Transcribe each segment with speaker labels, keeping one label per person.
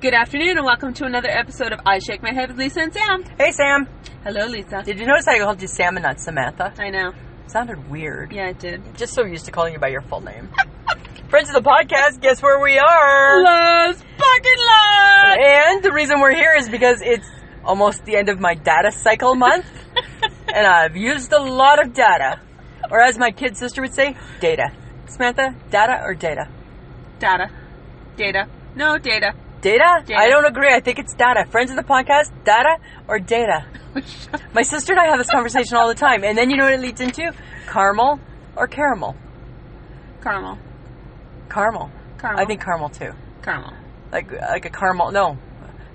Speaker 1: Good afternoon and welcome to another episode of I Shake My Head with Lisa and Sam.
Speaker 2: Hey, Sam.
Speaker 1: Hello, Lisa.
Speaker 2: Did you notice I called you Sam and not Samantha?
Speaker 1: I know.
Speaker 2: sounded weird.
Speaker 1: Yeah, it did.
Speaker 2: Just so used to calling you by your full name. Friends of the podcast, guess where we are?
Speaker 1: Love's parking lot!
Speaker 2: And the reason we're here is because it's almost the end of my data cycle month, and I've used a lot of data. Or as my kid sister would say, data. Samantha, data or data?
Speaker 1: Data. Data. No, data.
Speaker 2: Data?
Speaker 1: Data.
Speaker 2: I don't agree. I think it's data. Friends of the podcast, data or data? My sister and I have this conversation all the time. And then you know what it leads into? Caramel or caramel?
Speaker 1: Caramel.
Speaker 2: Caramel.
Speaker 1: Caramel.
Speaker 2: I think caramel too.
Speaker 1: caramel.
Speaker 2: Like like a caramel. No.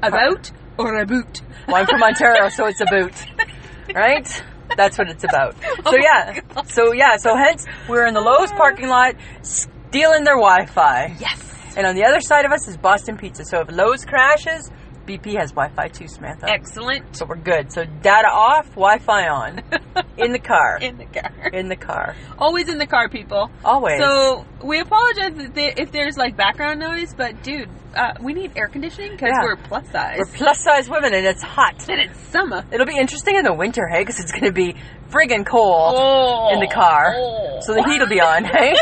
Speaker 1: A boat or a boot?
Speaker 2: Well, I'm from Ontario, so it's a boot. Right? That's what it's about.
Speaker 1: Oh
Speaker 2: So yeah. So yeah, so hence we're in the Lowe's parking lot stealing their Wi-Fi.
Speaker 1: Yes.
Speaker 2: And on the other side of us is Boston Pizza. So if Lowe's crashes, BP has Wi-Fi too, Samantha.
Speaker 1: Excellent.
Speaker 2: So we're good. So data off, Wi-Fi on. In the car.
Speaker 1: In the car.
Speaker 2: In the car.
Speaker 1: Always in the car, people.
Speaker 2: Always.
Speaker 1: So we apologize if there- if there's like background noise, but dude, uh, we need air conditioning because
Speaker 2: Yeah.
Speaker 1: we're plus size.
Speaker 2: we're plus size women and it's hot.
Speaker 1: and it's summer.
Speaker 2: It'll be interesting in the winter, hey, because it's going to be friggin' cold.
Speaker 1: Oh.
Speaker 2: in the car. So the heat will be on, hey?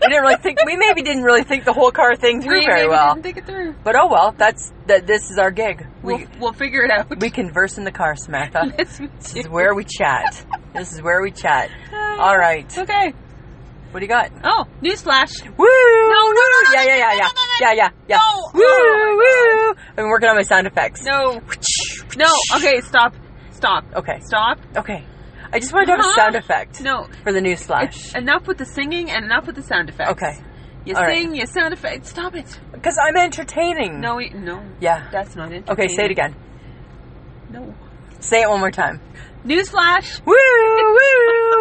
Speaker 2: we didn't really think, we maybe didn't really think the whole car thing through
Speaker 1: we
Speaker 2: very
Speaker 1: maybe
Speaker 2: well.
Speaker 1: didn't think it through.
Speaker 2: But oh well, that's, that. this is our gig.
Speaker 1: We'll,
Speaker 2: We,
Speaker 1: we'll figure it out.
Speaker 2: we converse in the car, Samantha.
Speaker 1: Yes, we
Speaker 2: This is
Speaker 1: do.
Speaker 2: where we chat. This is where we chat. All right.
Speaker 1: Okay.
Speaker 2: What do you got?
Speaker 1: Oh, newsflash.
Speaker 2: Woo!
Speaker 1: no, no, no,
Speaker 2: Yeah, yeah, yeah,
Speaker 1: no,
Speaker 2: yeah.
Speaker 1: no, no,
Speaker 2: Yeah, yeah, yeah.
Speaker 1: no.
Speaker 2: Woo,
Speaker 1: Oh,
Speaker 2: woo! I've been working on my sound effects.
Speaker 1: No. No. Okay, stop. Stop.
Speaker 2: Okay.
Speaker 1: Stop.
Speaker 2: Okay. I just wanted to have
Speaker 1: Uh-huh.
Speaker 2: a sound effect
Speaker 1: No.
Speaker 2: for the news
Speaker 1: It's
Speaker 2: flash.
Speaker 1: enough with the singing and enough with the sound effects.
Speaker 2: Okay.
Speaker 1: You
Speaker 2: All right.
Speaker 1: sing, you sound effects. Stop it.
Speaker 2: Because I'm entertaining.
Speaker 1: No, we- no.
Speaker 2: Yeah.
Speaker 1: That's not entertaining.
Speaker 2: Okay, say it again.
Speaker 1: No.
Speaker 2: Say it one more time.
Speaker 1: Newsflash.
Speaker 2: Woo, woo,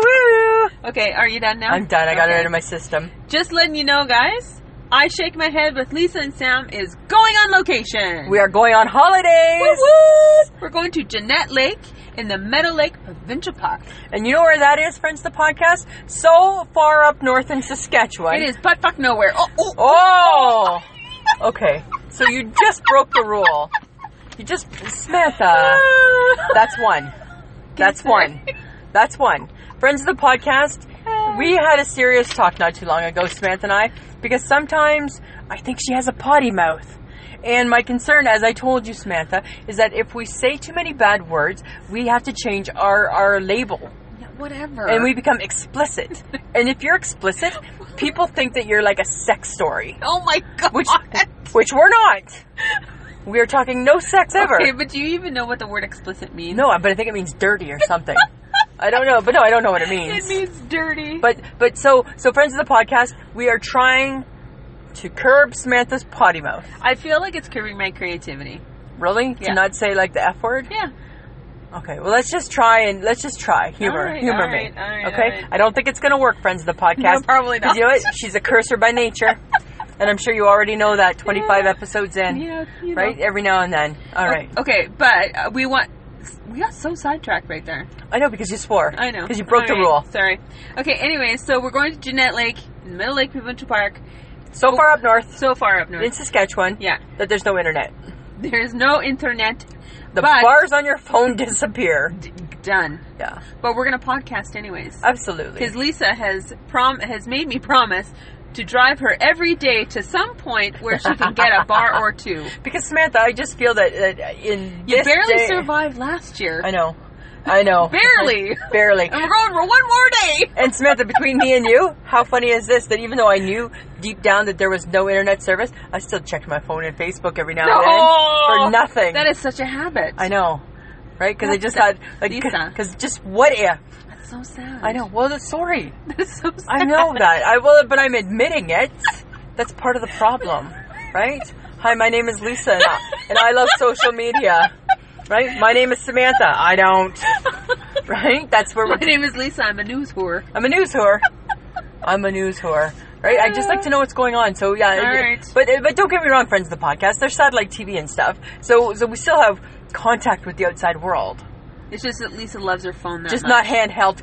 Speaker 2: woo.
Speaker 1: Okay, are you done now?
Speaker 2: I'm done. I got it
Speaker 1: Okay.
Speaker 2: out of my system.
Speaker 1: Just letting you know, guys. I shake my head with Lisa and Sam is going on location.
Speaker 2: We are going on holidays.
Speaker 1: We're going to Jeanette Lake in the Meadow Lake Provincial Park.
Speaker 2: And you know where that is, friends, of the podcast? So far up north in Saskatchewan.
Speaker 1: It is butt fuck nowhere. Oh, oh,
Speaker 2: Oh! Okay. So you just broke the rule. You just. Samantha. That's one. That's one. That's one. Friends of the podcast, we had a serious talk not too long ago, Samantha and I, because sometimes I think she has a potty mouth. And my concern, as I told you, Samantha, is that if we say too many bad words, we have to change our, our label
Speaker 1: Yeah, whatever.
Speaker 2: and we become explicit. and if you're explicit, people think that you're like a sex story,
Speaker 1: Oh my god.
Speaker 2: which which we're not. We're talking no sex ever.
Speaker 1: Okay, but do you even know what the word explicit means?
Speaker 2: No, but I think it means dirty or something. I don't know, but no, I don't know what it means.
Speaker 1: It means dirty.
Speaker 2: but but so so friends of the podcast, we are trying to curb Samantha's potty mouth.
Speaker 1: I feel like it's curbing my creativity.
Speaker 2: Really?
Speaker 1: Yeah.
Speaker 2: To not say like the F word?
Speaker 1: Yeah.
Speaker 2: Okay, well let's just try and let's just try. Humor.
Speaker 1: All right,
Speaker 2: humor
Speaker 1: all
Speaker 2: me.
Speaker 1: right, all right,
Speaker 2: okay?
Speaker 1: all right.
Speaker 2: I don't think it's gonna work, friends of the podcast.
Speaker 1: No, probably
Speaker 2: Because You know
Speaker 1: not.
Speaker 2: what? She's a cursor by nature. and I'm sure you already know that twenty five
Speaker 1: Yeah.
Speaker 2: episodes in.
Speaker 1: Yeah, you know.
Speaker 2: Right? Every now and then. All right.
Speaker 1: Okay, but uh, we want. We got so sidetracked right there.
Speaker 2: I know because you swore.
Speaker 1: I know.
Speaker 2: Because you broke
Speaker 1: All
Speaker 2: the
Speaker 1: right,
Speaker 2: rule.
Speaker 1: Sorry. Okay, anyway, so we're going to Jeanette Lake, in the Middle Lake Provincial Park,
Speaker 2: So far up north
Speaker 1: so far up
Speaker 2: in
Speaker 1: north.
Speaker 2: Saskatchewan
Speaker 1: Yeah.
Speaker 2: that there's no internet.
Speaker 1: There's no internet.
Speaker 2: The
Speaker 1: But-
Speaker 2: bars on your phone disappear.
Speaker 1: D- done.
Speaker 2: Yeah.
Speaker 1: But we're going to podcast anyways.
Speaker 2: Absolutely.
Speaker 1: Because Lisa has prom has made me promise to drive her every day to some point where she can get a bar or two.
Speaker 2: Because Samantha, I just feel that, that in
Speaker 1: You
Speaker 2: this
Speaker 1: barely
Speaker 2: day-
Speaker 1: survived last year.
Speaker 2: I know. I know.
Speaker 1: Barely. Oh
Speaker 2: barely.
Speaker 1: And we're going for one more day.
Speaker 2: And Samantha, between me and you, how funny is this that even though I knew deep down that there was no internet service, I still checked my phone and Facebook every now
Speaker 1: No.
Speaker 2: and then for nothing.
Speaker 1: Oh, That is such a habit.
Speaker 2: I know, right? Because I just
Speaker 1: That's-
Speaker 2: had like
Speaker 1: Lisa.
Speaker 2: because just what if
Speaker 1: That's so sad.
Speaker 2: I know? Well, that's sorry,
Speaker 1: That's so sad.
Speaker 2: I know that I will, but I'm admitting it. That's part of the problem, right? Hi, my name is Lisa, and I, and I love social media. Right? My name is Samantha. I don't. Right? That's where
Speaker 1: My
Speaker 2: we're
Speaker 1: name is Lisa. I'm a news whore.
Speaker 2: I'm a news whore. I'm a news whore. Right? I just like to know what's going on. So yeah,
Speaker 1: All right.
Speaker 2: but but don't get me wrong, friends of the podcast. There's satellite TV and stuff. So so we still have contact with the outside world.
Speaker 1: It's just that Lisa loves her phone that
Speaker 2: Just
Speaker 1: much.
Speaker 2: not handheld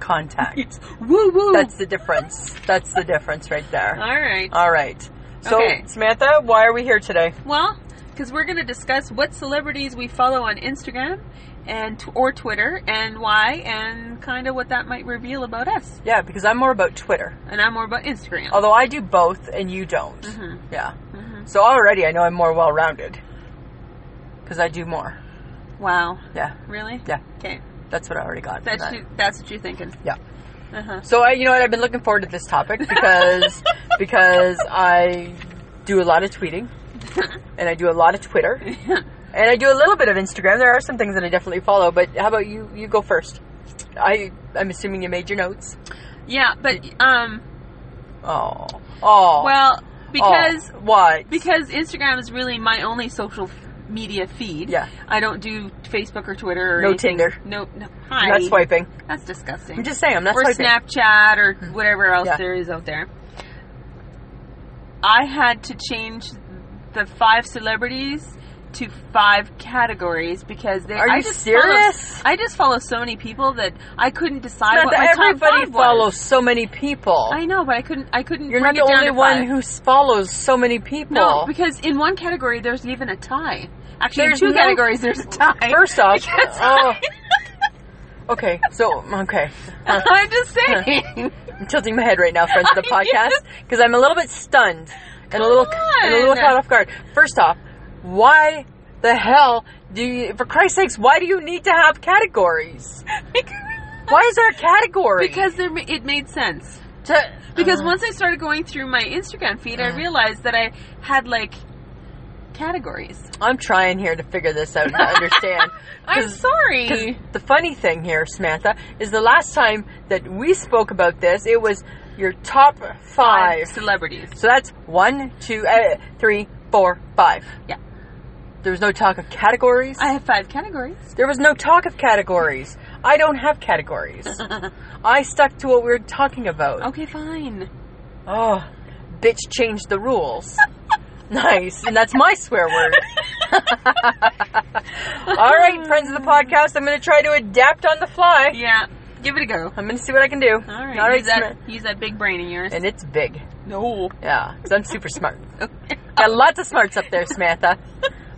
Speaker 2: contact.
Speaker 1: It's woo woo.
Speaker 2: That's Uh, the difference. That's the difference right there.
Speaker 1: All right.
Speaker 2: All right. So
Speaker 1: Okay.
Speaker 2: Samantha, why are we here today?
Speaker 1: Well, because we're going to discuss what celebrities we follow on Instagram and t- or Twitter and why and kind of what that might reveal about us.
Speaker 2: Yeah, because I'm more about Twitter.
Speaker 1: And I'm more about Instagram.
Speaker 2: Although I do both and you don't.
Speaker 1: Mhm.
Speaker 2: Oh, Yeah.
Speaker 1: Mhm.
Speaker 2: So already I know I'm more well rounded. Because I do more.
Speaker 1: Wow,
Speaker 2: Yeah.
Speaker 1: really?
Speaker 2: Yeah.
Speaker 1: Okay,
Speaker 2: That's what I already got. from
Speaker 1: that's
Speaker 2: that.
Speaker 1: you, that's what you're thinking.
Speaker 2: Yeah.
Speaker 1: Uh huh.
Speaker 2: So I, you know what, I've been looking forward to this topic because because I do a lot of tweeting and I do a lot of Twitter and I do a little bit of Instagram. There are some things that I definitely follow, but how about you? You go first. I I'm assuming you made your notes.
Speaker 1: yeah, but um,
Speaker 2: Oh, oh.
Speaker 1: well, because
Speaker 2: oh. why?
Speaker 1: because Instagram is really my only social f- media feed.
Speaker 2: Yeah.
Speaker 1: I don't do Facebook or Twitter or
Speaker 2: No
Speaker 1: anything.
Speaker 2: Tinder.
Speaker 1: No, no. Hi.
Speaker 2: not swiping.
Speaker 1: That's disgusting.
Speaker 2: I'm just saying. I'm not
Speaker 1: or
Speaker 2: swiping.
Speaker 1: Snapchat or whatever else
Speaker 2: Hmm. Yeah.
Speaker 1: there is out there. I had to change the five celebrities to five categories because they.
Speaker 2: Are
Speaker 1: I
Speaker 2: you
Speaker 1: just
Speaker 2: serious?
Speaker 1: Follow, I just follow so many people that I couldn't decide
Speaker 2: Not
Speaker 1: what my
Speaker 2: that
Speaker 1: top
Speaker 2: everybody
Speaker 1: five was.
Speaker 2: follows so many people.
Speaker 1: I know, but I couldn't. I couldn't.
Speaker 2: You're
Speaker 1: bring
Speaker 2: not the
Speaker 1: it down
Speaker 2: only
Speaker 1: to
Speaker 2: one
Speaker 1: five.
Speaker 2: who s- follows so many people.
Speaker 1: No, because in one category there's even a tie. Actually,
Speaker 2: There's
Speaker 1: in two
Speaker 2: no-
Speaker 1: categories there's a tie.
Speaker 2: First off,
Speaker 1: Because
Speaker 2: oh. okay, so okay,
Speaker 1: I'm just saying.
Speaker 2: I'm tilting my head right now, friends of the
Speaker 1: Are you?
Speaker 2: podcast, because I'm a little bit stunned and a little and a little
Speaker 1: on.
Speaker 2: caught off guard. First off, why the hell do you? For Christ's sakes, why do you need to have categories? Why is there a category?
Speaker 1: because there, ma- it made sense.
Speaker 2: To-
Speaker 1: Because
Speaker 2: Uh,
Speaker 1: once I started going through my Instagram feed, I
Speaker 2: Uh.
Speaker 1: realized that I had like categories.
Speaker 2: I'm trying here to figure this out and to understand.
Speaker 1: I'm
Speaker 2: 'Cause-
Speaker 1: sorry.
Speaker 2: The funny thing here, Samantha, is the last time that we spoke about this, it was your top five.
Speaker 1: celebrities.
Speaker 2: So that's one, two, uh, three, four, five.
Speaker 1: Yeah.
Speaker 2: There was no talk of categories.
Speaker 1: I have five categories.
Speaker 2: there was no talk of categories. I don't have categories. I stuck to what we were talking about.
Speaker 1: Okay, fine.
Speaker 2: Oh, bitch changed the rules. nice. And that's my swear word. All right, friends of the podcast, I'm going to try to adapt on the fly.
Speaker 1: Yeah, give it a go.
Speaker 2: I'm going to see what I can do.
Speaker 1: All right.
Speaker 2: All right
Speaker 1: use, that,
Speaker 2: Samantha.
Speaker 1: use that big brain of yours.
Speaker 2: And it's big.
Speaker 1: no.
Speaker 2: Yeah, 'cause I'm super smart.
Speaker 1: Okay.
Speaker 2: Got lots of smarts up there, Samantha.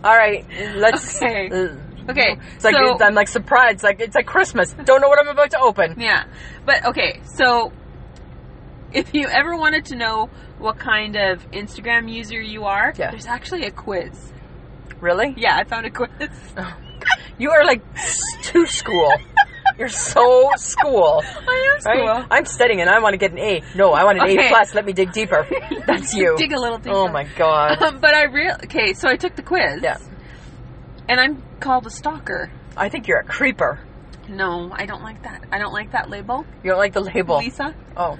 Speaker 2: All right, let's.
Speaker 1: Okay.
Speaker 2: uh,
Speaker 1: Okay,
Speaker 2: It's like
Speaker 1: so-
Speaker 2: I'm like surprised. Like it's like Christmas. Don't know what I'm about to open.
Speaker 1: Yeah. But okay, so if you ever wanted to know what kind of Instagram user you are,
Speaker 2: Yeah.
Speaker 1: there's actually a quiz.
Speaker 2: Really?
Speaker 1: Yeah, I found a quiz.
Speaker 2: You are like too school. You're so school.
Speaker 1: I am
Speaker 2: Right?
Speaker 1: school.
Speaker 2: I'm studying and I want to get an A. No, I want an A
Speaker 1: Okay.
Speaker 2: plus. Let me dig deeper. That's you.
Speaker 1: Dig a little deeper.
Speaker 2: oh my god.
Speaker 1: Um, but I real okay, so I took the quiz.
Speaker 2: Yeah.
Speaker 1: And I'm called a stalker.
Speaker 2: I think you're a creeper.
Speaker 1: No, I don't like that. I don't like that label,
Speaker 2: You don't like the label.
Speaker 1: Lisa.
Speaker 2: Oh,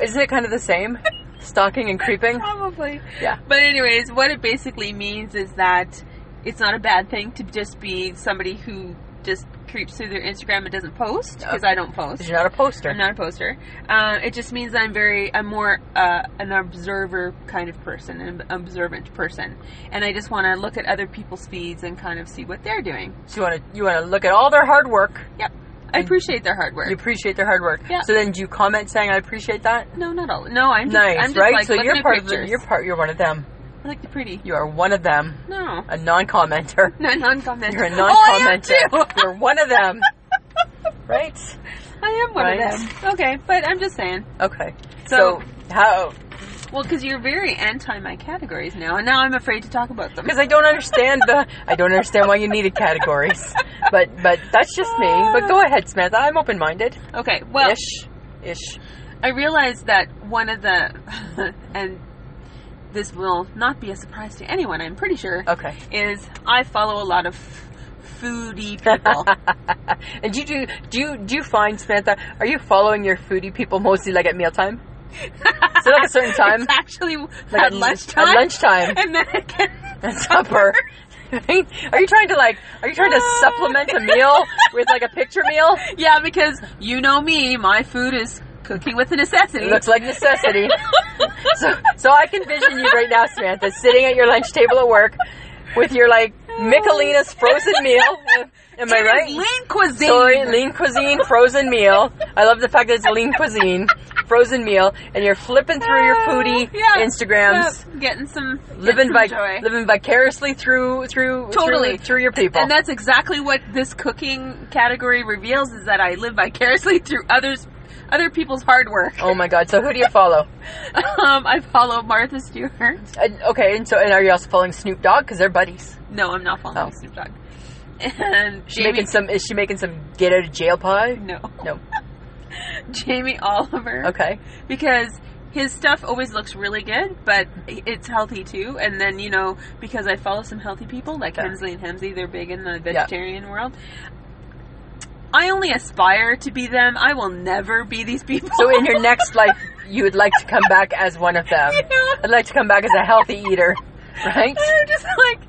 Speaker 2: isn't it kind of the same? Stalking and creeping.
Speaker 1: Probably.
Speaker 2: Yeah.
Speaker 1: But anyways, what it basically means is that it's not a bad thing to just be somebody who just creeps through their Instagram and doesn't post because I don't
Speaker 2: 'Cause
Speaker 1: post.
Speaker 2: You're not a poster.
Speaker 1: I'm not a poster. Um, it just means that I'm very, I'm more uh, an observer kind of person, an observant person, and I just want to look at other people's feeds and kind of see what they're doing.
Speaker 2: So you want to you want to look at all their hard work.
Speaker 1: Yep. I appreciate their hard work.
Speaker 2: You appreciate their hard work.
Speaker 1: Yeah.
Speaker 2: So then, do you comment saying I appreciate that?
Speaker 1: No, not all. No, I'm just,
Speaker 2: nice,
Speaker 1: I'm just
Speaker 2: right?
Speaker 1: like
Speaker 2: so
Speaker 1: looking
Speaker 2: you're
Speaker 1: at
Speaker 2: part of
Speaker 1: pictures.
Speaker 2: the, you're part. You're one of them.
Speaker 1: I like the pretty.
Speaker 2: You are one of them.
Speaker 1: No,
Speaker 2: A non-commenter.
Speaker 1: no, non-commenter.
Speaker 2: You're a
Speaker 1: Oh, I am
Speaker 2: non-commenter.
Speaker 1: too.
Speaker 2: you're one of them. right?
Speaker 1: I am one
Speaker 2: Right.
Speaker 1: of them. Okay, but I'm just saying.
Speaker 2: Okay. So,
Speaker 1: So-
Speaker 2: how?
Speaker 1: Well, because you're very anti my categories now, and now I'm afraid to talk about them.
Speaker 2: Because I don't understand the. I don't understand why you needed categories. But but that's just me. But go ahead, Samantha. I'm open-minded.
Speaker 1: Okay, well,
Speaker 2: ish, ish.
Speaker 1: I realized that one of the, and this will not be a surprise to anyone, I'm pretty sure,
Speaker 2: Okay.
Speaker 1: is I follow a lot of foodie people.
Speaker 2: and do you do do you do you find Samantha? Are you following your foodie people mostly like at mealtime? so like a certain time,
Speaker 1: It's actually
Speaker 2: like
Speaker 1: at lunchtime.
Speaker 2: At lunchtime,
Speaker 1: And then I can
Speaker 2: at supper. are you trying to like? Are you trying to supplement a meal with like a picture meal?
Speaker 1: Yeah, because you know me, my food is cooking with a necessity.
Speaker 2: It looks like necessity. so so I can vision you right now, Samantha, sitting at your lunch table at work with your like Michelina's frozen meal. Am I
Speaker 1: It is
Speaker 2: right?
Speaker 1: lean cuisine.
Speaker 2: Soy lean cuisine frozen meal. I love the fact that it's lean cuisine. frozen meal and you're flipping through your foodie
Speaker 1: Ah, Oh, Yeah,
Speaker 2: Instagrams,
Speaker 1: yeah, getting some getting
Speaker 2: living
Speaker 1: some
Speaker 2: vic-
Speaker 1: joy.
Speaker 2: living vicariously through through
Speaker 1: Totally.
Speaker 2: through, through your people.
Speaker 1: And that's exactly what this cooking category reveals: is that I live vicariously through others, other people's hard work.
Speaker 2: oh my god! So who do you follow?
Speaker 1: Um, I follow Martha Stewart.
Speaker 2: And- okay, and so and are you also following Snoop Dogg because they're buddies?
Speaker 1: No, I'm not following
Speaker 2: Oh.
Speaker 1: Snoop Dogg. And
Speaker 2: She
Speaker 1: Jamie,
Speaker 2: making some is she making some get out of jail pie?
Speaker 1: no,
Speaker 2: No.
Speaker 1: Jamie Oliver.
Speaker 2: Okay.
Speaker 1: because his stuff always looks really good, but it's healthy too. And then you know, because I follow some healthy people like
Speaker 2: Yeah.
Speaker 1: Hemsley and Hemsey, they're big in the
Speaker 2: Yeah.
Speaker 1: vegetarian world. I only aspire to be them. I will never be these people.
Speaker 2: So in your next life, you would like to come back as one of them.
Speaker 1: You know?
Speaker 2: I'd like to come back as a healthy eater, right?
Speaker 1: And I'm just like,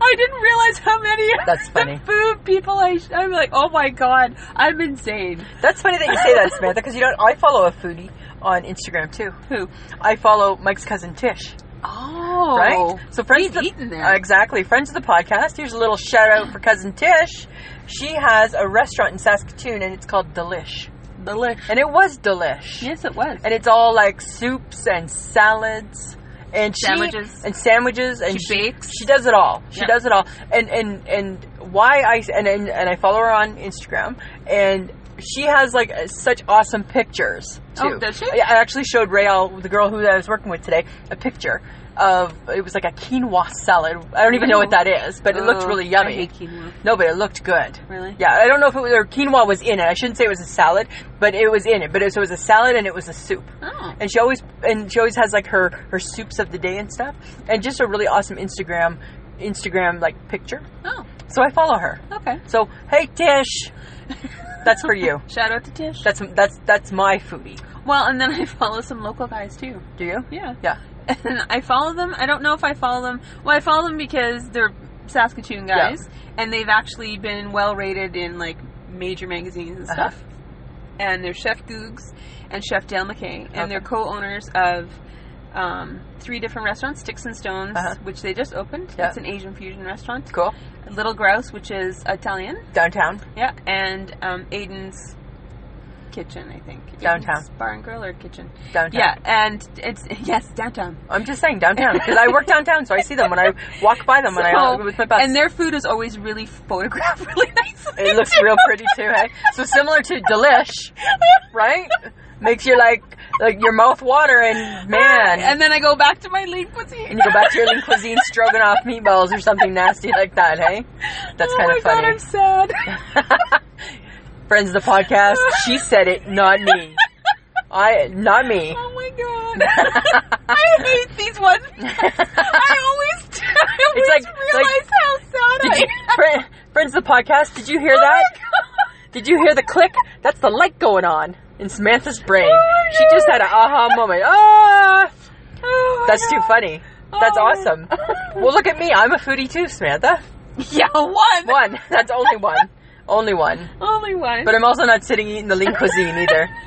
Speaker 1: I didn't realize how many
Speaker 2: That's funny.
Speaker 1: food people I. Sh- I'm like, oh my god, I'm insane.
Speaker 2: That's funny that you say that, Samantha, because you know what? I follow a foodie on Instagram too.
Speaker 1: Who?
Speaker 2: I follow Mike's cousin Tish,
Speaker 1: Oh,
Speaker 2: right? So friends,
Speaker 1: He's
Speaker 2: of the,
Speaker 1: eating there.
Speaker 2: Uh, exactly. Friends of the podcast. Here's a little shout out for cousin Tish. She has a restaurant in Saskatoon, and it's called Delish,
Speaker 1: Delish.
Speaker 2: and it was Delish.
Speaker 1: Yes, it was.
Speaker 2: And it's all like soups and salads and she-
Speaker 1: Sandwiches.
Speaker 2: and sandwiches and
Speaker 1: She bakes.
Speaker 2: She does it all. She
Speaker 1: Yeah.
Speaker 2: does it all. And and and why I and, and and I follow her on Instagram and she has like such awesome pictures too.
Speaker 1: Oh, does she?
Speaker 2: I I actually showed Rayal, the girl who I was working with today, a picture of it was like a quinoa salad. I don't even know what
Speaker 1: Ooh.
Speaker 2: that is, but it looked
Speaker 1: Oh,
Speaker 2: really
Speaker 1: I
Speaker 2: yummy.
Speaker 1: hate quinoa.
Speaker 2: No, but it looked good.
Speaker 1: Really?
Speaker 2: Yeah, I don't know if it was, or quinoa was in it. I shouldn't say it was a salad, but it was in it. But it, so it was a salad and it was a soup.
Speaker 1: Oh.
Speaker 2: And she always and she always has like her her soups of the day and stuff, and just a really awesome Instagram Instagram like picture.
Speaker 1: Oh.
Speaker 2: So I follow her.
Speaker 1: Okay.
Speaker 2: So hey Tish, that's for you.
Speaker 1: Shout out to Tish.
Speaker 2: That's that's that's my foodie.
Speaker 1: Well, and then I follow some local guys too.
Speaker 2: Do you?
Speaker 1: Yeah.
Speaker 2: Yeah.
Speaker 1: And I follow them. I don't know if I follow them. Well, I follow them because they're Saskatoon guys, and they've actually been well rated in like major magazines and
Speaker 2: Uh-huh.
Speaker 1: stuff. And they're Chef Googs and Chef Dale McKay, and
Speaker 2: Okay.
Speaker 1: they're co-owners of um, three different restaurants: Sticks and Stones,
Speaker 2: Uh-huh.
Speaker 1: which they just opened.
Speaker 2: Yeah.
Speaker 1: It's an Asian fusion restaurant.
Speaker 2: Cool.
Speaker 1: Little Grouse, which is Italian.
Speaker 2: Downtown.
Speaker 1: Yeah, and um, Aiden's kitchen, I think.
Speaker 2: Downtown.
Speaker 1: Aiden's bar and grill or kitchen.
Speaker 2: Downtown.
Speaker 1: Yeah, and it's yes, downtown.
Speaker 2: I'm just saying downtown because I work downtown, so I see them when I walk by them when I
Speaker 1: So-
Speaker 2: with my bus.
Speaker 1: And their food is always really photographed really nicely.
Speaker 2: It looks real pretty too, hey? So similar to Delish, right? Makes you like like your mouth water and man.
Speaker 1: And then I go back to my lean cuisine.
Speaker 2: and you go back to your lean cuisine stroganoff meatballs or something nasty like that, hey? That's
Speaker 1: oh
Speaker 2: kind
Speaker 1: my
Speaker 2: of funny.
Speaker 1: God, I'm sad.
Speaker 2: Friends of the podcast, she said it, not me. I not me.
Speaker 1: Oh my god. I hate these ones. I always do. I always
Speaker 2: It's like-
Speaker 1: realize how sad
Speaker 2: Did
Speaker 1: I
Speaker 2: you, Fri- friends of the podcast, did you hear that? Did you hear the click? That's the light going on in Samantha's brain.
Speaker 1: Oh my
Speaker 2: she just had an aha moment. Ah,
Speaker 1: Oh my
Speaker 2: that's too
Speaker 1: God.
Speaker 2: funny. That's
Speaker 1: Oh my-
Speaker 2: awesome. Well, look at me. I'm a foodie too, Samantha.
Speaker 1: Yeah, one.
Speaker 2: One. That's only one. Only one.
Speaker 1: Only one.
Speaker 2: But I'm also not sitting eating the lean cuisine either.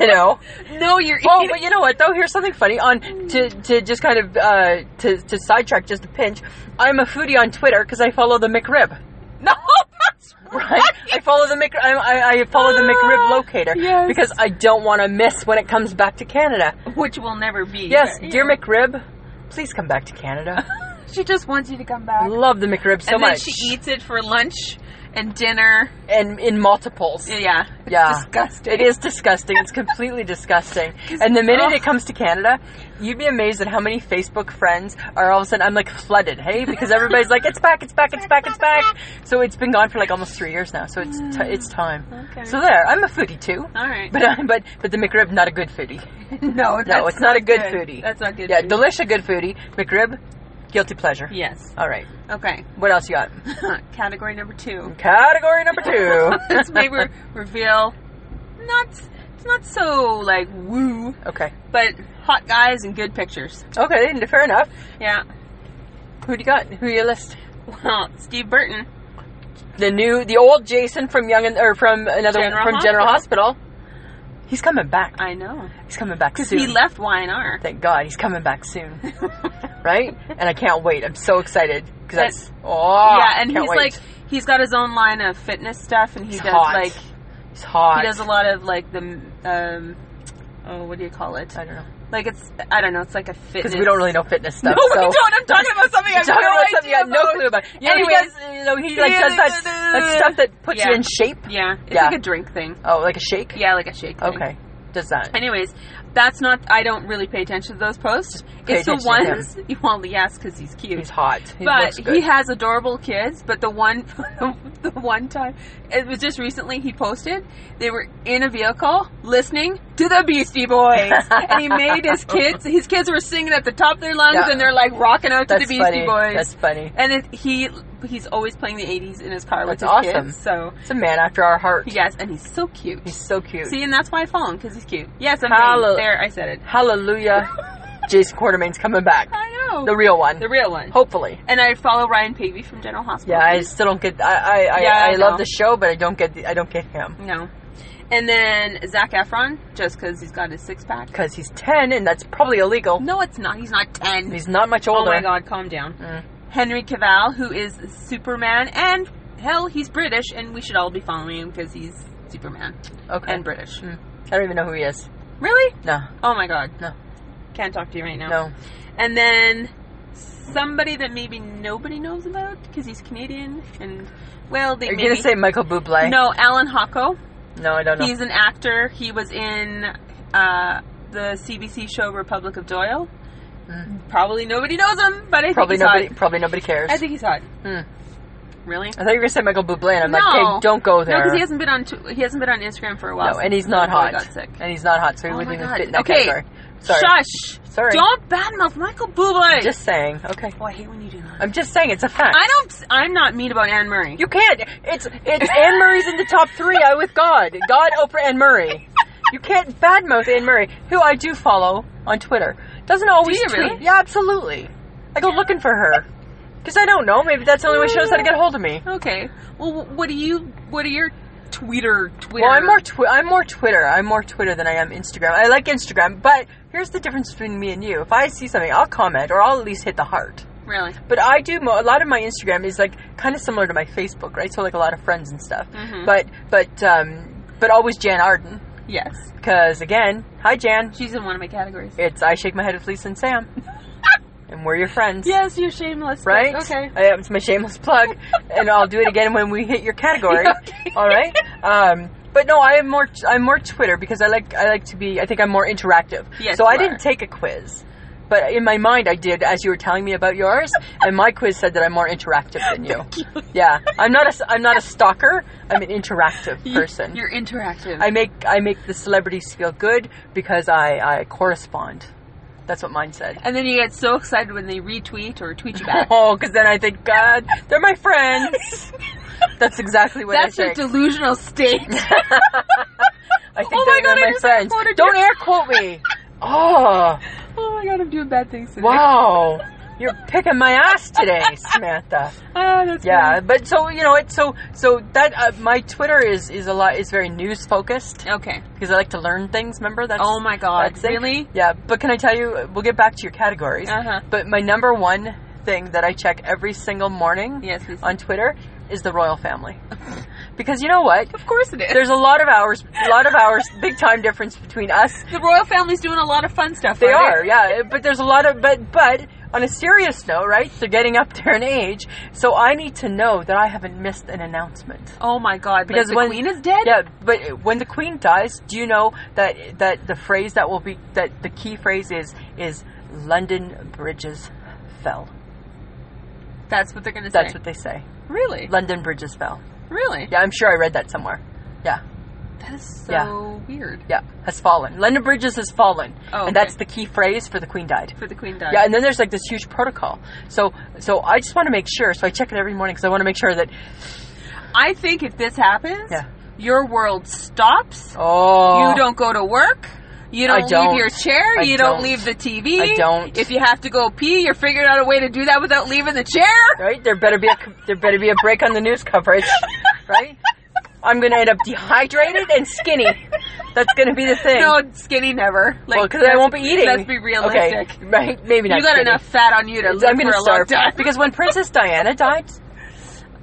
Speaker 2: You know.
Speaker 1: no, you're
Speaker 2: Oh,
Speaker 1: eating.
Speaker 2: but you know what though? Here's something funny. On to to just kind of uh, to to sidetrack just a pinch. I'm a foodie on Twitter because I follow the McRib.
Speaker 1: no, that's
Speaker 2: Right? I follow the Mc. I, I, I follow the McRib locator
Speaker 1: Ah, Yes.
Speaker 2: because I don't want to miss when it comes back to Canada.
Speaker 1: Which will never be.
Speaker 2: Yes,
Speaker 1: but,
Speaker 2: dear
Speaker 1: yeah.
Speaker 2: McRib, please come back to Canada.
Speaker 1: She just wants you to come back.
Speaker 2: I love the McRib so
Speaker 1: and
Speaker 2: much,
Speaker 1: then she eats it for lunch and dinner.
Speaker 2: and in multiples.
Speaker 1: Yeah. It's
Speaker 2: Yeah.
Speaker 1: disgusting.
Speaker 2: It is disgusting. It's completely disgusting. And the minute
Speaker 1: Ugh.
Speaker 2: it comes to Canada, you'd be amazed at how many Facebook friends are all of a sudden I'm like flooded, hey, because everybody's like, it's back, it's back, it's back, it's back. So it's been gone for like almost three years now. So it's t-
Speaker 1: Mm.
Speaker 2: it's time.
Speaker 1: Okay.
Speaker 2: So there, I'm a foodie too,
Speaker 1: All right.
Speaker 2: but I, but but the McRib not a good foodie.
Speaker 1: no,
Speaker 2: No, it's not a good foodie.
Speaker 1: That's not good.
Speaker 2: Yeah,
Speaker 1: food.
Speaker 2: delish a good foodie. McRib, guilty pleasure.
Speaker 1: yes.
Speaker 2: All right,
Speaker 1: Okay.
Speaker 2: what else you got?
Speaker 1: Category number two.
Speaker 2: Category number two.
Speaker 1: Let's maybe reveal. Not. It's not so like woo,
Speaker 2: okay,
Speaker 1: but hot guys and good pictures.
Speaker 2: okay, fair enough.
Speaker 1: Yeah.
Speaker 2: Who do you got? Who you list?
Speaker 1: Well, Steve Burton.
Speaker 2: the new the old Jason from Young and or from another
Speaker 1: General
Speaker 2: from General Hospital. He's coming back.
Speaker 1: I know.
Speaker 2: He's coming back
Speaker 1: Because
Speaker 2: soon.
Speaker 1: he left Y&R.
Speaker 2: Thank God, he's coming back soon. right? And I can't wait. I'm so excited because that's oh
Speaker 1: yeah, and
Speaker 2: can't
Speaker 1: he's
Speaker 2: wait.
Speaker 1: like he's got his own line of fitness stuff, and he
Speaker 2: He's
Speaker 1: does
Speaker 2: hot.
Speaker 1: like
Speaker 2: he's hot.
Speaker 1: He does a lot of like the um, oh, what do you call it?
Speaker 2: I don't know.
Speaker 1: Like it's, I don't know. It's like a fitness.
Speaker 2: Because we don't really know fitness
Speaker 1: No,
Speaker 2: stuff.
Speaker 1: we
Speaker 2: so.
Speaker 1: don't. I'm talking about something. I have
Speaker 2: I'm talking
Speaker 1: no
Speaker 2: about something
Speaker 1: idea
Speaker 2: I have no
Speaker 1: about.
Speaker 2: clue about. You know, he
Speaker 1: Anyways.
Speaker 2: does, you know, he like does that, that stuff that puts you
Speaker 1: Yeah.
Speaker 2: in shape.
Speaker 1: Yeah, it's
Speaker 2: Yeah.
Speaker 1: like a drink thing.
Speaker 2: Oh, like a shake?
Speaker 1: Yeah, like a shake. Thing.
Speaker 2: Okay. Does that.
Speaker 1: Anyways, that's not. I don't really pay attention to those posts.
Speaker 2: pay
Speaker 1: It's the
Speaker 2: attention to him.
Speaker 1: ones. Well, yes, because he's cute.
Speaker 2: He's hot. He
Speaker 1: but
Speaker 2: looks good.
Speaker 1: he has adorable kids. But the one, the one time, it was just recently he posted. They were in a vehicle listening to the Beastie Boys, and he made his kids. His kids were singing at the top of their lungs,
Speaker 2: Yeah.
Speaker 1: and they're like rocking out to the
Speaker 2: That's
Speaker 1: Beastie
Speaker 2: funny.
Speaker 1: Boys.
Speaker 2: That's funny.
Speaker 1: and it, he he's always playing the '80s in his car with his
Speaker 2: That's awesome.
Speaker 1: kids. So
Speaker 2: It's a man after our heart.
Speaker 1: yes, and he's so cute.
Speaker 2: He's so cute.
Speaker 1: See, and that's why I follow him because he's cute. Yes, I'm being-
Speaker 2: Hallo-
Speaker 1: there. I said it.
Speaker 2: Hallelujah. Jason Quartermain's coming back.
Speaker 1: I know
Speaker 2: Uh, The real one.
Speaker 1: the real one.
Speaker 2: Hopefully.
Speaker 1: And I follow Ryan Pavey from General Hospital.
Speaker 2: Yeah, I still don't get. I I,
Speaker 1: Yeah,
Speaker 2: I,
Speaker 1: I
Speaker 2: I love
Speaker 1: know.
Speaker 2: the show, but I don't get. The, I don't get him
Speaker 1: No. And then Zach Efron, just because he's got his six pack.
Speaker 2: because he's ten, and that's probably illegal.
Speaker 1: No, it's not. He's not 10.
Speaker 2: He's not much
Speaker 1: oh
Speaker 2: older.
Speaker 1: my god, calm down.
Speaker 2: Mm.
Speaker 1: Henry Cavill, who is Superman, and hell, he's British, and we should all be following him because he's Superman
Speaker 2: Okay,
Speaker 1: and British.
Speaker 2: I don't even know who he is.
Speaker 1: Really?
Speaker 2: No,
Speaker 1: Oh my god.
Speaker 2: No.
Speaker 1: Can't talk to you right now.
Speaker 2: no.
Speaker 1: And then somebody that maybe nobody knows about because he's Canadian, and well, they
Speaker 2: You're
Speaker 1: maybe.
Speaker 2: gonna say Michael Bublé?
Speaker 1: no, Alan Hocko.
Speaker 2: no, I don't know.
Speaker 1: He's an actor. He was in uh, the CBC show Republic of Doyle.
Speaker 2: Mm.
Speaker 1: Probably nobody knows him, but I
Speaker 2: Probably
Speaker 1: think he's
Speaker 2: nobody.
Speaker 1: hot.
Speaker 2: Probably nobody cares.
Speaker 1: I think he's hot.
Speaker 2: Mm.
Speaker 1: Really?
Speaker 2: I thought you were gonna say Michael Bublé, and I'm
Speaker 1: No.
Speaker 2: like, hey, don't go
Speaker 1: No,
Speaker 2: there.
Speaker 1: because he hasn't been on tw- he hasn't been on Instagram for a while.
Speaker 2: No, and he's
Speaker 1: since
Speaker 2: not
Speaker 1: before he
Speaker 2: hot.
Speaker 1: Got sick.
Speaker 2: And he's not hot, so he
Speaker 1: Oh
Speaker 2: wouldn't
Speaker 1: my
Speaker 2: even
Speaker 1: God.
Speaker 2: fit in that
Speaker 1: Okay.
Speaker 2: category. Sorry,
Speaker 1: Shush!
Speaker 2: sorry.
Speaker 1: Don't badmouth Michael Bublé.
Speaker 2: Just saying. Okay,
Speaker 1: oh, I hate when you do that.
Speaker 2: I'm just saying it's a fact.
Speaker 1: I don't. I'm not mean about Anne Murray.
Speaker 2: You can't. It's it's Anne Murray's in the top three. I with God, God, Oprah, Anne Murray. You can't badmouth Anne Murray, who I do follow on Twitter. Doesn't always
Speaker 1: you
Speaker 2: tweet.
Speaker 1: really?
Speaker 2: Yeah, absolutely. I go looking for her because I don't know. Maybe that's the only way she knows how to get hold of me.
Speaker 1: Okay. Well, wh- what do you? What are your Twitter? Twitter.
Speaker 2: Well, I'm more twi- I'm more Twitter. I'm more Twitter than I am Instagram. I like Instagram, but here's the difference between me and you. If I see something, I'll comment or I'll at least hit the heart.
Speaker 1: really.
Speaker 2: But I do mo- a lot of my Instagram is like kind of similar to my Facebook, right? So like a lot of friends and stuff.
Speaker 1: Mhm.
Speaker 2: But but um, but always Jan Arden.
Speaker 1: Yes.
Speaker 2: Because again, hi Jan.
Speaker 1: She's in one of my categories.
Speaker 2: It's I shake my head at Lisa and Sam, and we're your friends,
Speaker 1: Yes, you're shameless. but
Speaker 2: right?
Speaker 1: Okay.
Speaker 2: I, it's my shameless plug, and I'll do it again when we hit your category.
Speaker 1: Okay.
Speaker 2: All right. Um, but no, I am more I'm more Twitter because I like I like to be I think I'm more interactive.
Speaker 1: Yes,
Speaker 2: so
Speaker 1: you
Speaker 2: I didn't
Speaker 1: are.
Speaker 2: take a quiz. But in my mind, I did as you were telling me about yours, and my quiz said that I'm more interactive than you. Yeah, I'm not a s- I'm not a stalker. I'm an interactive
Speaker 1: You-
Speaker 2: person.
Speaker 1: You're interactive.
Speaker 2: I make I make the celebrities feel good because I, I correspond. That's what mine said.
Speaker 1: and then you get so excited when they retweet or tweet you back.
Speaker 2: Oh, because then I think God, they're my friends. That's exactly what
Speaker 1: That's
Speaker 2: I
Speaker 1: your
Speaker 2: think.
Speaker 1: delusional state.
Speaker 2: I think
Speaker 1: Oh my
Speaker 2: they're
Speaker 1: God,
Speaker 2: my
Speaker 1: I just
Speaker 2: friends.
Speaker 1: quoted
Speaker 2: Don't
Speaker 1: you.
Speaker 2: air quote me. Oh,
Speaker 1: oh my god, I'm doing bad things today.
Speaker 2: wow. You're picking my ass today, Samantha.
Speaker 1: Ah, that's
Speaker 2: Yeah, but so you know, it's so so that uh, my Twitter is is a lot is very news focused
Speaker 1: funny. Okay.
Speaker 2: because I like to learn things. Remember that's
Speaker 1: Oh my god.
Speaker 2: that's it.
Speaker 1: Really?
Speaker 2: Yeah, but can I tell you? We'll get back to your categories.
Speaker 1: Uh huh.
Speaker 2: But my number one thing that I check every single morning
Speaker 1: Yes. Please.
Speaker 2: on Twitter is the royal family. because you know what?
Speaker 1: of course it is.
Speaker 2: There's a lot of hours, a lot of hours, big time difference between us.
Speaker 1: the royal family's doing a lot of fun stuff.
Speaker 2: They
Speaker 1: aren't
Speaker 2: are, yeah. But there's a lot of, but, but on a serious note, right? They're getting up there in age. So I need to know that I haven't missed an announcement.
Speaker 1: Oh my god. Because
Speaker 2: Because
Speaker 1: like
Speaker 2: when-
Speaker 1: the queen is dead.
Speaker 2: Yeah, but when the queen dies, do you know that, that the phrase that will be, that the key phrase is, is London bridges fell.
Speaker 1: That's what they're gonna
Speaker 2: That's
Speaker 1: say.
Speaker 2: what they say.
Speaker 1: really?
Speaker 2: London bridges fell.
Speaker 1: Really?
Speaker 2: Yeah, I'm sure I read that somewhere.
Speaker 1: That is so
Speaker 2: Yeah.
Speaker 1: weird.
Speaker 2: Yeah, has fallen. London Bridges has fallen,
Speaker 1: Oh, okay.
Speaker 2: and that's the key phrase for the Queen died.
Speaker 1: for the queen died.
Speaker 2: Yeah, and then there's like this huge protocol. So, so I just want to make sure. So I check it every morning because I want to make sure that.
Speaker 1: I think if this happens,
Speaker 2: Yeah.
Speaker 1: your world stops.
Speaker 2: Oh,
Speaker 1: You don't go to work. You
Speaker 2: I
Speaker 1: don't,
Speaker 2: don't.
Speaker 1: leave your chair.
Speaker 2: I
Speaker 1: you don't,
Speaker 2: don't.
Speaker 1: leave the TV.
Speaker 2: I don't.
Speaker 1: If you have to go pee, you're figuring out a way to do that without leaving the chair.
Speaker 2: right? There better be a there better be a break on the news coverage, right? I'm gonna end up dehydrated and skinny. That's gonna be the thing.
Speaker 1: No, skinny never. Like,
Speaker 2: because I
Speaker 1: let's-
Speaker 2: won't be eating.
Speaker 1: Let's be realistic.
Speaker 2: Okay, right? Maybe not.
Speaker 1: You got
Speaker 2: skinny.
Speaker 1: enough fat on you to live
Speaker 2: I'm
Speaker 1: for
Speaker 2: gonna
Speaker 1: a
Speaker 2: starve
Speaker 1: long time.
Speaker 2: because when Princess Diana died,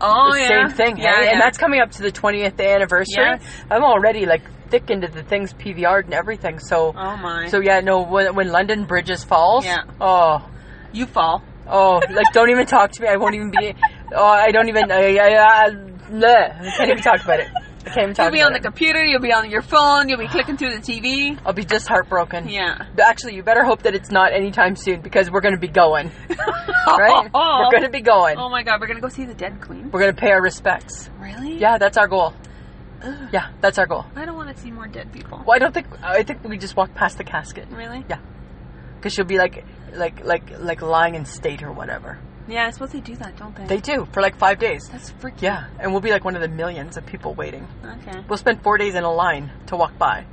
Speaker 1: oh
Speaker 2: the
Speaker 1: yeah,
Speaker 2: same thing,
Speaker 1: Oh, Yeah,
Speaker 2: hey?
Speaker 1: yeah.
Speaker 2: And that's coming up to the 20th anniversary.
Speaker 1: Yes.
Speaker 2: I'm already like thick into the things PVR'd and everything. So,
Speaker 1: Oh my.
Speaker 2: so yeah, no. When, when London Bridges falls,
Speaker 1: Yeah.
Speaker 2: oh,
Speaker 1: you fall.
Speaker 2: oh, like don't even talk to me. I won't even be. Oh, I don't even. I, I, I, bleh. I can't even talk about it. I can't even talk.
Speaker 1: You'll be
Speaker 2: about
Speaker 1: on the
Speaker 2: it.
Speaker 1: computer. You'll be on your phone. You'll be clicking through the TV.
Speaker 2: I'll be just heartbroken.
Speaker 1: Yeah.
Speaker 2: Actually, you better hope that it's not anytime soon because we're going to be going, right?
Speaker 1: Oh,
Speaker 2: We're going to be going.
Speaker 1: oh my god, we're gonna go see the dead queen.
Speaker 2: We're going to pay our respects.
Speaker 1: Really?
Speaker 2: Yeah, that's our goal.
Speaker 1: Ugh.
Speaker 2: Yeah, that's our goal.
Speaker 1: I don't want to see more dead people.
Speaker 2: Well, I don't think I think we just walk past the casket
Speaker 1: Really?
Speaker 2: Yeah. because she'll be like, like, like, like lying in state or whatever.
Speaker 1: Yeah, I suppose they do that, don't they?
Speaker 2: They do for like five days.
Speaker 1: That's freaky.
Speaker 2: Yeah, and we'll be like one of the millions of people waiting.
Speaker 1: Okay.
Speaker 2: We'll spend four days in a line to walk by.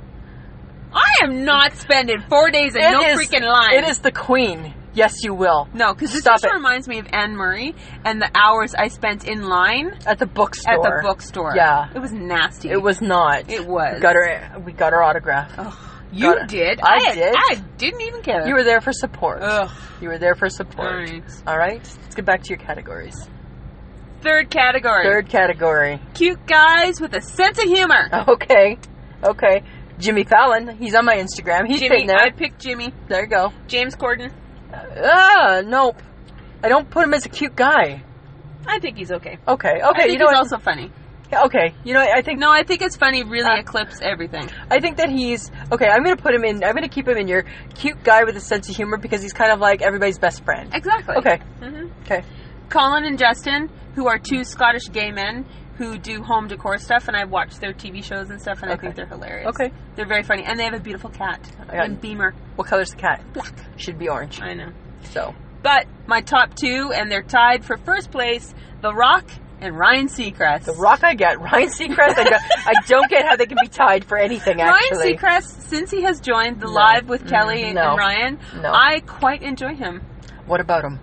Speaker 1: I am not spending four days in
Speaker 2: It
Speaker 1: no
Speaker 2: is-
Speaker 1: freaking line.
Speaker 2: It is the queen. Yes, you will.
Speaker 1: No, because this
Speaker 2: Stop
Speaker 1: just
Speaker 2: it.
Speaker 1: reminds me of Anne Marie and the hours I spent in line
Speaker 2: At the bookstore.
Speaker 1: at the bookstore.
Speaker 2: Yeah.
Speaker 1: It was nasty.
Speaker 2: It was not.
Speaker 1: It was.
Speaker 2: We got her. We got her autograph.
Speaker 1: Ugh. you
Speaker 2: Got it.
Speaker 1: did.
Speaker 2: I did.
Speaker 1: I didn't even care.
Speaker 2: You were there for support.
Speaker 1: Ugh.
Speaker 2: You were there for support.
Speaker 1: All right.
Speaker 2: All right, Let's get back to your categories.
Speaker 1: Third category.
Speaker 2: Third Uh, category.
Speaker 1: Cute guys with a sense of humor.
Speaker 2: Okay. Okay. Jimmy Fallon. He's on my Instagram. He's
Speaker 1: Jimmy,
Speaker 2: sitting there.
Speaker 1: I picked Jimmy.
Speaker 2: There you go.
Speaker 1: James Corden.
Speaker 2: Ah, nope. I don't put him as a cute guy.
Speaker 1: I think he's okay.
Speaker 2: Okay.
Speaker 1: I
Speaker 2: Okay.
Speaker 1: think
Speaker 2: You know.
Speaker 1: he's
Speaker 2: what?
Speaker 1: also funny.
Speaker 2: okay. You know. what? I think.
Speaker 1: No, I think it's funny really
Speaker 2: Uh,
Speaker 1: eclipse everything.
Speaker 2: I think that he's okay. I'm gonna put him in. I'm gonna keep him in your cute guy with a sense of humor because he's kind of like everybody's best friend.
Speaker 1: Exactly.
Speaker 2: Okay.
Speaker 1: hmm
Speaker 2: Okay.
Speaker 1: Colin and Justin, who are two Scottish gay men who do home decor stuff, and I've watched their TV shows and stuff, and I
Speaker 2: Okay.
Speaker 1: think they're hilarious.
Speaker 2: Okay.
Speaker 1: They're very funny, and they have a beautiful cat
Speaker 2: I got-
Speaker 1: named Beamer.
Speaker 2: What color's the cat?
Speaker 1: Black.
Speaker 2: Should be orange.
Speaker 1: I know.
Speaker 2: So.
Speaker 1: But my top two, and they're tied for first place: The Rock and Ryan Seacrest.
Speaker 2: The rock I get, Ryan Seacrest. I, got, I don't get how they can be tied for anything.
Speaker 1: Ryan
Speaker 2: Actually,
Speaker 1: Seacrest, since he has joined the
Speaker 2: No.
Speaker 1: live with Kelly
Speaker 2: Mm,
Speaker 1: and-
Speaker 2: no.
Speaker 1: and Ryan,
Speaker 2: No.
Speaker 1: I quite enjoy him.
Speaker 2: what about him?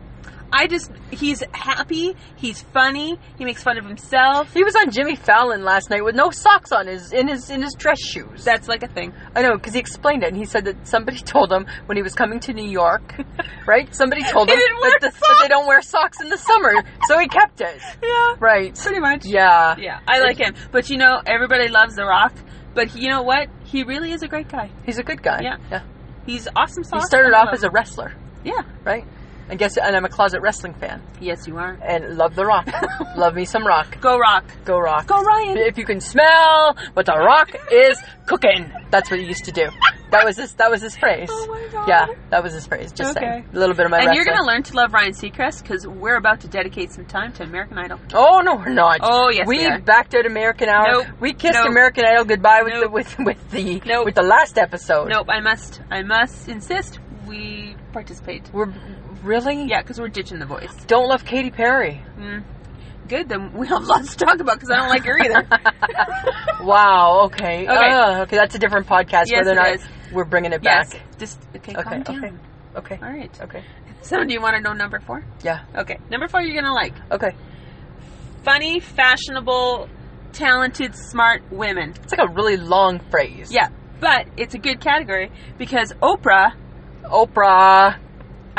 Speaker 1: I just he's happy, he's funny, he makes fun of himself.
Speaker 2: He was on Jimmy Fallon last night with no socks on his in his in his dress shoes.
Speaker 1: That's like a thing.
Speaker 2: I know because he explained it, and he said that somebody told him when he was coming to New York, right? Somebody told
Speaker 1: He
Speaker 2: him
Speaker 1: didn't
Speaker 2: that,
Speaker 1: wear
Speaker 2: the, that they don't wear socks in the summer, so he kept it.
Speaker 1: Yeah.
Speaker 2: Right?
Speaker 1: Pretty much.
Speaker 2: Yeah.
Speaker 1: Yeah, I like him. But you know, everybody loves The Rock. But you know what? He really is a great guy.
Speaker 2: He's a good guy.
Speaker 1: Yeah. He's awesome.
Speaker 2: He
Speaker 1: Sauce,
Speaker 2: started
Speaker 1: and I
Speaker 2: off
Speaker 1: love
Speaker 2: as a wrestler,
Speaker 1: him. yeah.
Speaker 2: right? I guess, and I'm a closet wrestling fan,
Speaker 1: Yes, you are.
Speaker 2: and love the Rock. love me some Rock.
Speaker 1: Go Rock.
Speaker 2: Go Rock.
Speaker 1: Go Ryan.
Speaker 2: if you can smell what the rock is cooking. That's what he used to do. That was his. That was his phrase.
Speaker 1: Oh my God.
Speaker 2: Yeah, that was his phrase. Just
Speaker 1: Okay.
Speaker 2: saying a little bit of my.
Speaker 1: and you're gonna
Speaker 2: wrestling.
Speaker 1: learn to love Ryan Seacrest because we're about to dedicate some time to American Idol.
Speaker 2: Oh no, we're not.
Speaker 1: Oh, yes,
Speaker 2: we
Speaker 1: we are.
Speaker 2: backed out American Hour.
Speaker 1: Nope.
Speaker 2: We kissed
Speaker 1: Nope.
Speaker 2: American Idol goodbye with the
Speaker 1: Nope.
Speaker 2: with with the
Speaker 1: Nope.
Speaker 2: with the last episode.
Speaker 1: Nope, I must. I must insist we participate.
Speaker 2: We're really
Speaker 1: Yeah, because we're ditching the voice.
Speaker 2: Don't love Katy Perry.
Speaker 1: Mm. Good, then we have lots to talk about because I don't like her either.
Speaker 2: Wow. Okay.
Speaker 1: Okay.
Speaker 2: Uh, okay. That's a different podcast.
Speaker 1: Yes,
Speaker 2: whether or
Speaker 1: it
Speaker 2: not
Speaker 1: is.
Speaker 2: we're bringing it
Speaker 1: yes,
Speaker 2: back.
Speaker 1: just okay.
Speaker 2: Okay,
Speaker 1: Calm
Speaker 2: okay.
Speaker 1: down.
Speaker 2: Okay.
Speaker 1: All right.
Speaker 2: Okay.
Speaker 1: So, do you want to know number four?
Speaker 2: Yeah.
Speaker 1: Okay, number four, you're gonna like.
Speaker 2: Okay.
Speaker 1: funny, fashionable, talented, smart women.
Speaker 2: It's like a really long phrase.
Speaker 1: Yeah, but it's a good category because Oprah,
Speaker 2: Oprah.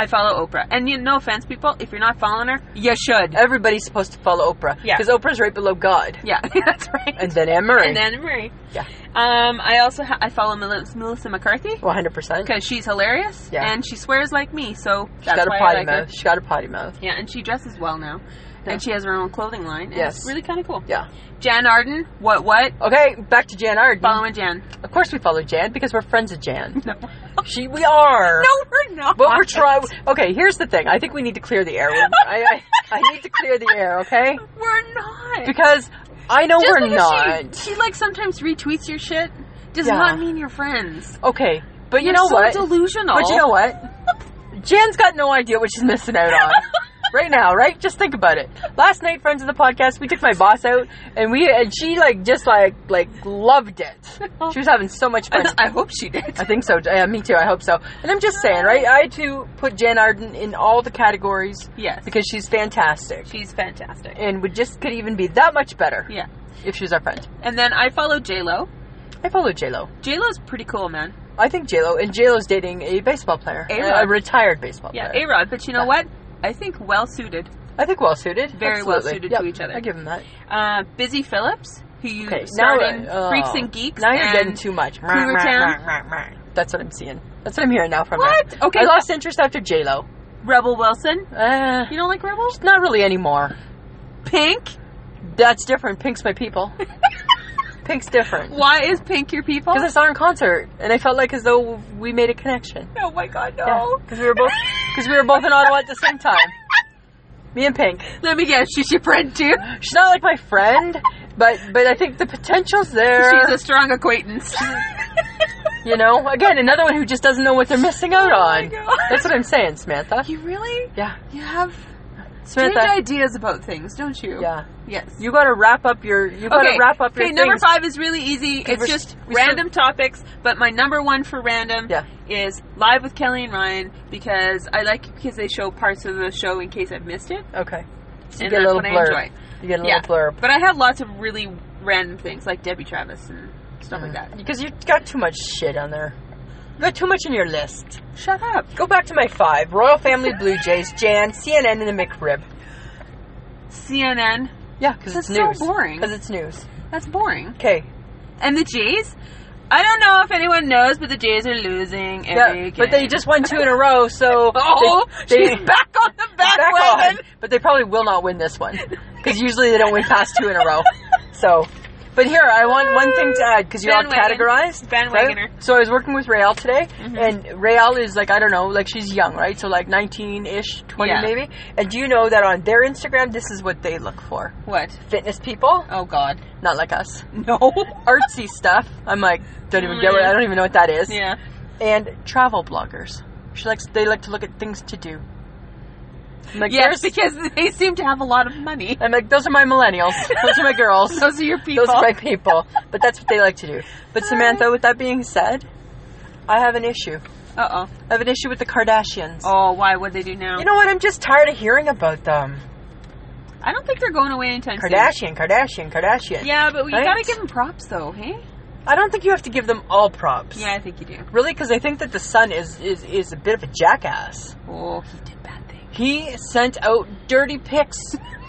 Speaker 1: I follow Oprah. And you, no offense, people, if you're not following her, you should.
Speaker 2: Everybody's supposed to follow Oprah.
Speaker 1: Yeah.
Speaker 2: Because Oprah's right below God.
Speaker 1: Yeah, that's right.
Speaker 2: And then Anne Murray.
Speaker 1: And then Marie.
Speaker 2: Yeah.
Speaker 1: Um, I also ha- I follow Mel- Melissa McCarthy
Speaker 2: 100%.
Speaker 1: because she's hilarious
Speaker 2: Yeah.
Speaker 1: and she swears like me, so
Speaker 2: She's
Speaker 1: that's
Speaker 2: got a
Speaker 1: why
Speaker 2: potty
Speaker 1: I like
Speaker 2: mouth.
Speaker 1: her.
Speaker 2: She's got a potty mouth.
Speaker 1: Yeah, and she dresses well now.
Speaker 2: Yeah.
Speaker 1: And she has her own clothing line. And
Speaker 2: Yes.
Speaker 1: It's really kind of cool.
Speaker 2: Yeah.
Speaker 1: Jan Arden, what, what?
Speaker 2: Okay, back to Jan Arden.
Speaker 1: Following Jan.
Speaker 2: Of course we follow Jan because we're friends of Jan.
Speaker 1: No.
Speaker 2: She, we are.
Speaker 1: no, we're not.
Speaker 2: But we're trying. Okay, here's the thing. I think we need to clear the air. I, I, I need to clear the air, okay?
Speaker 1: We're not.
Speaker 2: Because I know
Speaker 1: Just
Speaker 2: we're
Speaker 1: because
Speaker 2: not.
Speaker 1: She, she like sometimes retweets your shit does
Speaker 2: Yeah.
Speaker 1: not mean you're friends.
Speaker 2: Okay, but you
Speaker 1: You're
Speaker 2: know
Speaker 1: so
Speaker 2: what?
Speaker 1: Delusional.
Speaker 2: But you know what? Jan's got no idea what she's missing out on. Right now, right? Just think about it. Last night, friends of the podcast, we took my boss out, and we and she like just like like loved it. She was having so much fun.
Speaker 1: I, I hope she did.
Speaker 2: I think so. Yeah, me too. I hope so. And I'm just saying, right? I too put Jan Arden in all the categories
Speaker 1: Yes,
Speaker 2: because she's fantastic
Speaker 1: she's fantastic.
Speaker 2: and would just could even be that much better
Speaker 1: Yeah,
Speaker 2: if she was our friend.
Speaker 1: and then I follow J Lo.
Speaker 2: I follow J Lo.
Speaker 1: J Lo's pretty cool, man.
Speaker 2: I think J Lo and J Lo's dating a baseball player,
Speaker 1: A-Rod.
Speaker 2: a retired baseball
Speaker 1: Yeah,
Speaker 2: player.
Speaker 1: A Rod. But you know
Speaker 2: Yeah.
Speaker 1: what? I think well suited.
Speaker 2: I think well suited.
Speaker 1: Very well suited to each other.
Speaker 2: I give them that.
Speaker 1: Uh, Busy Phillips, who
Speaker 2: Okay,
Speaker 1: starred
Speaker 2: now,
Speaker 1: in
Speaker 2: uh,
Speaker 1: Freaks and Geeks.
Speaker 2: Now you're
Speaker 1: and
Speaker 2: getting too much.
Speaker 1: Cougar Town.
Speaker 2: That's what I'm seeing. That's what I'm hearing now from
Speaker 1: What?
Speaker 2: her.
Speaker 1: Okay.
Speaker 2: I lost interest after J Lo.
Speaker 1: Rebel Wilson.
Speaker 2: Uh,
Speaker 1: You don't like Rebel?
Speaker 2: not really anymore.
Speaker 1: Pink.
Speaker 2: That's different. Pink's my people. Pink's different.
Speaker 1: Why is Pink your people?
Speaker 2: Because I saw her in concert, and I felt like as though we made a connection.
Speaker 1: Oh my god,
Speaker 2: because we were both because we were both in Ottawa at the same time. Me and Pink.
Speaker 1: Let me guess, she's your friend too?
Speaker 2: She's not like my friend, but but I think the potential's there.
Speaker 1: She's a strong acquaintance.
Speaker 2: you know, again, another one who just doesn't know what they're missing out
Speaker 1: Oh my
Speaker 2: on.
Speaker 1: God.
Speaker 2: That's what I'm saying, Samantha.
Speaker 1: you really?
Speaker 2: Yeah,
Speaker 1: You have strange
Speaker 2: Samantha.
Speaker 1: ideas about things, don't you?
Speaker 2: Yeah,
Speaker 1: Yes.
Speaker 2: you got to wrap up your you got to
Speaker 1: okay.
Speaker 2: wrap up your
Speaker 1: okay, number
Speaker 2: things.
Speaker 1: five is really easy.
Speaker 2: Okay,
Speaker 1: It's
Speaker 2: we're-
Speaker 1: just
Speaker 2: we still-
Speaker 1: random topics, but my number one for random
Speaker 2: Yeah.
Speaker 1: is Live with Kelly and Ryan because I like it because they show parts of the show in case I've missed it.
Speaker 2: Okay, so you
Speaker 1: and
Speaker 2: get a
Speaker 1: that's
Speaker 2: little
Speaker 1: what I
Speaker 2: blurb.
Speaker 1: enjoy.
Speaker 2: You get a little
Speaker 1: Yeah.
Speaker 2: blurb
Speaker 1: But I have lots of really random things like Debbie Travis and stuff like that.
Speaker 2: because you Mm. got too much shit on there. You got too much on your list.
Speaker 1: Shut up.
Speaker 2: Go back to my five: Royal Family, Blue Jays, Jan, CNN, and the McRib.
Speaker 1: CNN.
Speaker 2: Yeah, because it's
Speaker 1: That's so
Speaker 2: news.
Speaker 1: boring.
Speaker 2: Because it's news.
Speaker 1: That's boring.
Speaker 2: Okay.
Speaker 1: And the Jays? I don't know if anyone knows, but the Jays are losing every
Speaker 2: Yeah, but they
Speaker 1: game.
Speaker 2: just won two in a row, so
Speaker 1: Oh,
Speaker 2: they, they-
Speaker 1: she's back on the back,
Speaker 2: back on.
Speaker 1: wagon.
Speaker 2: But they probably will not win this one because usually they don't win past two in a row. So, but here I want one thing to add because you all
Speaker 1: Bandwagon.
Speaker 2: categorized.
Speaker 1: Bandwagoner.
Speaker 2: So I was working with Rael today,
Speaker 1: Mm-hmm.
Speaker 2: and Rael is like I don't know, like she's young, right? So like nineteen ish, twenty
Speaker 1: Yeah.
Speaker 2: maybe. And do you know that on their Instagram, this is what they look for:
Speaker 1: What?
Speaker 2: fitness people,
Speaker 1: Oh God.
Speaker 2: not like us,
Speaker 1: No.
Speaker 2: artsy stuff. I'm like, don't even get what I don't even know what that is
Speaker 1: yeah.
Speaker 2: and travel bloggers. She likes they like to look at things to do. I'm like,
Speaker 1: Yes,
Speaker 2: there's-
Speaker 1: because they seem to have a lot of money.
Speaker 2: I'm like, those are my millennials. Those are my girls.
Speaker 1: Those are your people.
Speaker 2: Those are my people. But that's what they like to do. But Samantha, with that being said, I have an issue.
Speaker 1: Uh oh.
Speaker 2: I have an issue with the Kardashians.
Speaker 1: Oh, why? What they do now?
Speaker 2: You know what? I'm just tired of hearing about them.
Speaker 1: I don't think they're going away anytime
Speaker 2: Kardashian, Kardashian, Kardashian.
Speaker 1: soon. Yeah, but we
Speaker 2: Right?
Speaker 1: gotta give them props though, hey?
Speaker 2: I don't think you have to give them all props.
Speaker 1: Yeah, I think you do.
Speaker 2: Really, because I think that the son is, is is a bit of a jackass.
Speaker 1: Oh, he did bad things.
Speaker 2: He sent out dirty pics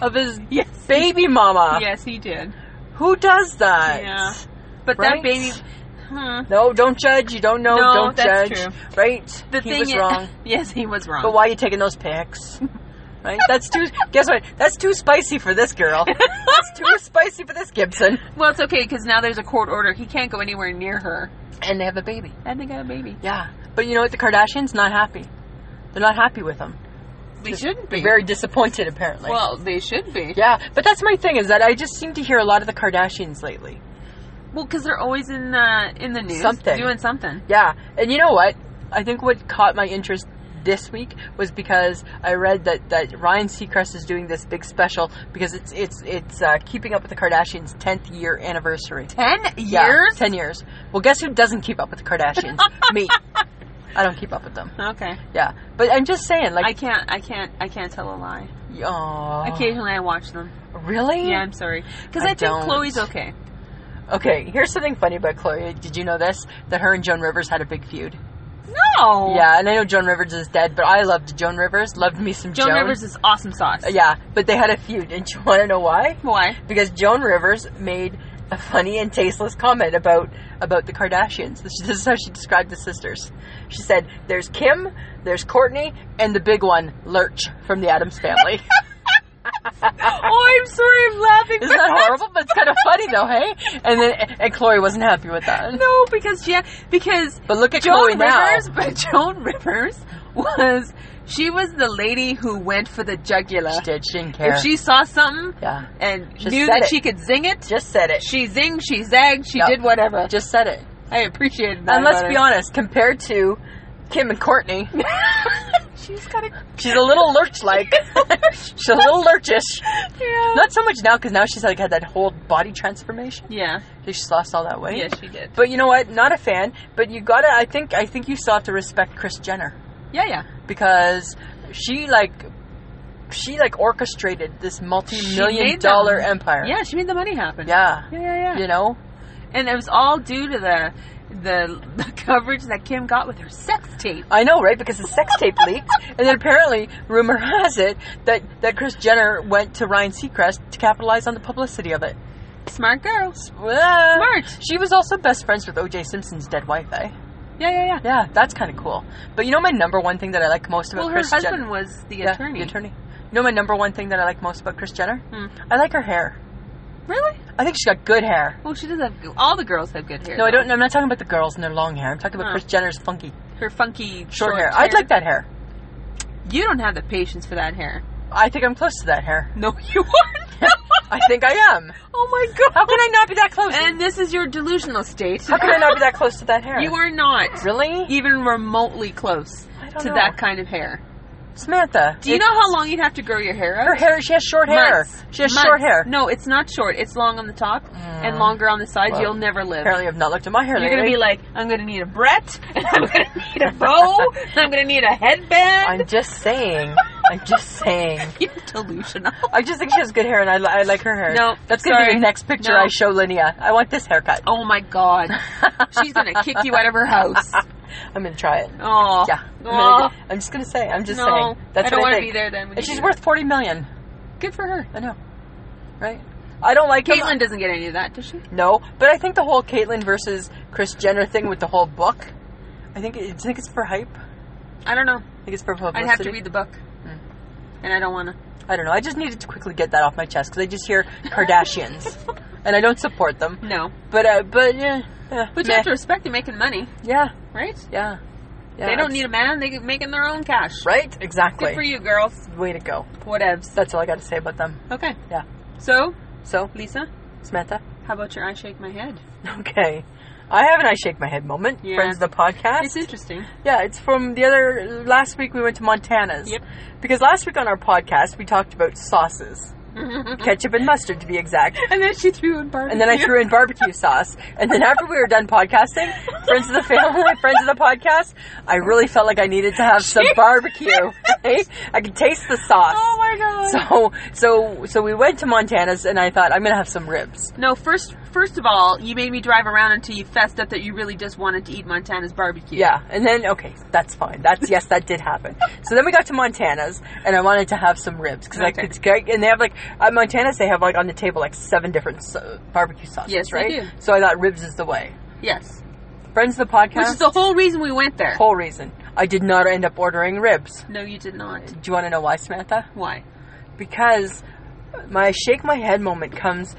Speaker 2: of his
Speaker 1: Yes.
Speaker 2: baby mama.
Speaker 1: Yes, he did.
Speaker 2: Who does that?
Speaker 1: Yeah. But
Speaker 2: Right?
Speaker 1: that baby. Huh.
Speaker 2: No, don't judge. You don't know.
Speaker 1: No,
Speaker 2: don't
Speaker 1: that's
Speaker 2: judge.
Speaker 1: true.
Speaker 2: Right?
Speaker 1: The
Speaker 2: he
Speaker 1: thing
Speaker 2: was
Speaker 1: is,
Speaker 2: wrong.
Speaker 1: Yes, he was wrong.
Speaker 2: But why are you taking those pics? Right? That's too. guess what? That's too spicy for this girl. That's too spicy for this Gibson.
Speaker 1: Well, it's okay because now there's a court order. He can't go anywhere near her.
Speaker 2: And they have a baby.
Speaker 1: And they got a baby.
Speaker 2: Yeah. But you know what? The Kardashians not happy. They're not happy with him.
Speaker 1: They shouldn't be.
Speaker 2: Very disappointed, apparently.
Speaker 1: well, they should be.
Speaker 2: Yeah, but that's my thing is that I just seem to hear a lot of the Kardashians lately.
Speaker 1: Well, because they're always in the in the news,
Speaker 2: Something.
Speaker 1: doing something.
Speaker 2: Yeah, and you know what? I think what caught my interest this week was because I read that, that Ryan Seacrest is doing this big special because it's it's it's uh, keeping up with the Kardashians' tenth year anniversary.
Speaker 1: Ten
Speaker 2: Yeah,
Speaker 1: years.
Speaker 2: ten years. Well, guess who doesn't keep up with the Kardashians? Me. I don't keep up with them.
Speaker 1: Okay.
Speaker 2: Yeah, but I'm just saying,
Speaker 1: I
Speaker 2: like,
Speaker 1: can't. I can't. I can't tell a lie.
Speaker 2: I, oh,
Speaker 1: Occasionally, I watch them.
Speaker 2: really?
Speaker 1: Yeah, I'm sorry. Because
Speaker 2: I
Speaker 1: I, think
Speaker 2: don't.
Speaker 1: Chloe's okay.
Speaker 2: Okay, here's something funny about Chloe. Did you know this? That her and Joan Rivers had a big feud.
Speaker 1: No.
Speaker 2: Yeah, and I know Joan Rivers is dead, but I loved Joan Rivers. Loved me some
Speaker 1: Joan
Speaker 2: Joan Uh,
Speaker 1: Rivers is awesome sauce.
Speaker 2: Yeah, but they had a feud, and you want to know why?
Speaker 1: Why?
Speaker 2: Because Joan Rivers made a funny and tasteless comment about about the Kardashians. This, this is how she described the sisters. She said, "There's Kim, there's Courtney, and the big one, Lurch from the Adams Family."
Speaker 1: oh, I'm sorry. I'm laughing.
Speaker 2: Isn't that horrible? But it's kind of funny though, hey? And then and Chloe wasn't happy with that.
Speaker 1: No, because yeah, because
Speaker 2: But look at Chloe
Speaker 1: Joan
Speaker 2: now.
Speaker 1: Rivers, but Joan Rivers was she was the lady who went for the jugular.
Speaker 2: She did. She didn't care.
Speaker 1: If she saw something
Speaker 2: yeah,
Speaker 1: and
Speaker 2: Just
Speaker 1: knew
Speaker 2: said
Speaker 1: that
Speaker 2: it.
Speaker 1: she could zing it,
Speaker 2: just said it.
Speaker 1: she zinged, she zagged, she
Speaker 2: Yep.
Speaker 1: did whatever.
Speaker 2: Just said it.
Speaker 1: I appreciated that.
Speaker 2: And let's
Speaker 1: about
Speaker 2: be
Speaker 1: her.
Speaker 2: honest, compared to Kim and Courtney,
Speaker 1: She's got a
Speaker 2: She's a little lurch like. she's a little lurchish.
Speaker 1: yeah.
Speaker 2: Not so much now because now she's like had that whole body transformation.
Speaker 1: yeah,
Speaker 2: She's lost all that weight.
Speaker 1: yeah, she did.
Speaker 2: But you know what? Not a fan. But you gotta. I think. I think you still have to respect Chris Jenner
Speaker 1: Yeah, yeah.
Speaker 2: because she like. She like orchestrated this multi-million
Speaker 1: made
Speaker 2: dollar
Speaker 1: them.
Speaker 2: empire.
Speaker 1: Yeah, she made the money happen.
Speaker 2: Yeah.
Speaker 1: yeah, yeah, yeah.
Speaker 2: You know.
Speaker 1: And it was all due to the the, the coverage that Kim got with her sex tape.
Speaker 2: I know, right? Because the sex tape leaked, and then apparently, rumor has it that that Chris Jenner went to Ryan Seacrest to capitalize on the publicity of it.
Speaker 1: Smart girl.
Speaker 2: Smart.
Speaker 1: Smart.
Speaker 2: She was also best friends with O.J. Simpson's dead wife, eh?
Speaker 1: Yeah, yeah, yeah.
Speaker 2: Yeah, that's kind of cool. But you know my number one thing that I like most about
Speaker 1: Well, her
Speaker 2: Chris
Speaker 1: husband
Speaker 2: Jenner?
Speaker 1: was the
Speaker 2: Yeah,
Speaker 1: attorney.
Speaker 2: the attorney. You know my number one thing that I like most about Chris Jenner?
Speaker 1: Hmm.
Speaker 2: I like her hair.
Speaker 1: Really?
Speaker 2: I think she's got good hair.
Speaker 1: Well, she does have. Good, all the girls have good hair.
Speaker 2: No, I
Speaker 1: though.
Speaker 2: don't. I'm not talking about the girls and their long hair. I'm talking about
Speaker 1: Huh.
Speaker 2: Chris Jenner's funky
Speaker 1: Her funky short,
Speaker 2: short, hair. I'd like that hair.
Speaker 1: You don't have the patience for that hair.
Speaker 2: I think I'm close to that hair.
Speaker 1: No, you aren't.
Speaker 2: I think I am.
Speaker 1: oh my god.
Speaker 2: How can I not be that close?
Speaker 1: And this is your delusional state.
Speaker 2: How can I not be that close to that hair?
Speaker 1: You are not
Speaker 2: really?
Speaker 1: even remotely close
Speaker 2: I don't
Speaker 1: to
Speaker 2: know.
Speaker 1: that kind of hair.
Speaker 2: Samantha.
Speaker 1: Do you
Speaker 2: it-
Speaker 1: know how long you'd have to grow your hair
Speaker 2: her
Speaker 1: out?
Speaker 2: hair? She has short hair.
Speaker 1: Months.
Speaker 2: She has
Speaker 1: Months.
Speaker 2: short hair. Mm.
Speaker 1: No, it's not short. It's long on the top and longer on the sides.
Speaker 2: Well,
Speaker 1: You'll never live.
Speaker 2: Apparently, I've not looked at my hair
Speaker 1: You're
Speaker 2: lately.
Speaker 1: gonna be like, I'm gonna need a Brett, and I'm gonna need a bow, and I'm gonna need a headband.
Speaker 2: I'm just saying. I'm just saying.
Speaker 1: You're delusional.
Speaker 2: I just think she has good hair, and I, li- I like her hair.
Speaker 1: No,
Speaker 2: that's gonna be
Speaker 1: sorry.
Speaker 2: the next picture
Speaker 1: No.
Speaker 2: I show Linnea. I want this haircut.
Speaker 1: Oh my god, she's gonna kick you out of her house.
Speaker 2: I'm gonna try it.
Speaker 1: Oh
Speaker 2: Yeah, I'm,
Speaker 1: Oh.
Speaker 2: gonna, I'm just gonna say. I'm just
Speaker 1: no,
Speaker 2: saying. That's
Speaker 1: I don't
Speaker 2: what
Speaker 1: want
Speaker 2: I
Speaker 1: to
Speaker 2: think.
Speaker 1: be there then. when
Speaker 2: And
Speaker 1: you
Speaker 2: she's
Speaker 1: do
Speaker 2: worth forty million.
Speaker 1: that. good for her.
Speaker 2: I know, right? I don't like him.
Speaker 1: Caitlyn doesn't get any of that, does she?
Speaker 2: No, but I think the whole Caitlyn versus Chris Jenner thing with the whole book. I think. it- Do you think it's for hype?
Speaker 1: I don't know.
Speaker 2: I think it's for publicity.
Speaker 1: I'd have to read the book,
Speaker 2: Hmm.
Speaker 1: and I don't want to.
Speaker 2: I don't know. I just needed to quickly get that off my chest because I just hear Kardashians, and I don't support them.
Speaker 1: No,
Speaker 2: But uh, but yeah, yeah,
Speaker 1: but you
Speaker 2: meh.
Speaker 1: have to respect they're making money,
Speaker 2: yeah,
Speaker 1: right?
Speaker 2: yeah, yeah.
Speaker 1: they don't need a man; they're making their own cash.
Speaker 2: right. Exactly.
Speaker 1: Good for you, girls.
Speaker 2: Way to go.
Speaker 1: Whatevs.
Speaker 2: That's all I got to say about them.
Speaker 1: Okay.
Speaker 2: Yeah.
Speaker 1: So,
Speaker 2: So,
Speaker 1: Lisa,
Speaker 2: Samantha.
Speaker 1: how about your I shake my head?
Speaker 2: Okay. I have an I shake my head moment.
Speaker 1: Yeah.
Speaker 2: Friends of the podcast.
Speaker 1: It's interesting.
Speaker 2: Yeah, it's from the other last week we went to Montana's.
Speaker 1: Yep.
Speaker 2: Because last week on our podcast we talked about sauces, ketchup and mustard to be exact.
Speaker 1: And then she threw in barbecue.
Speaker 2: And then I threw in barbecue sauce. And then after we were done podcasting, friends of the family, friends of the podcast, I really felt like I needed to have some barbecue. Hey, I could taste the sauce.
Speaker 1: Oh my god.
Speaker 2: So, so, so we went to Montana's, and I thought I'm gonna have some ribs.
Speaker 1: no, first, first of all, you made me drive around until you fessed up that you really just wanted to eat Montana's barbecue.
Speaker 2: Yeah, and then okay, that's fine. That's yes, that did happen. So then we got to Montana's, and I wanted to have some ribs because
Speaker 1: Okay.
Speaker 2: like it's great. And they have like at Montana's, they have like on the table like seven different s- barbecue sauces,
Speaker 1: Yes, they
Speaker 2: right?
Speaker 1: do.
Speaker 2: So I thought ribs is the way.
Speaker 1: Yes.
Speaker 2: Friends of the podcast,
Speaker 1: Which is the whole reason we went there.
Speaker 2: whole reason I did not end up ordering ribs.
Speaker 1: no, you did not.
Speaker 2: Do you want to know why, Samantha?
Speaker 1: Why?
Speaker 2: Because my shake my head moment comes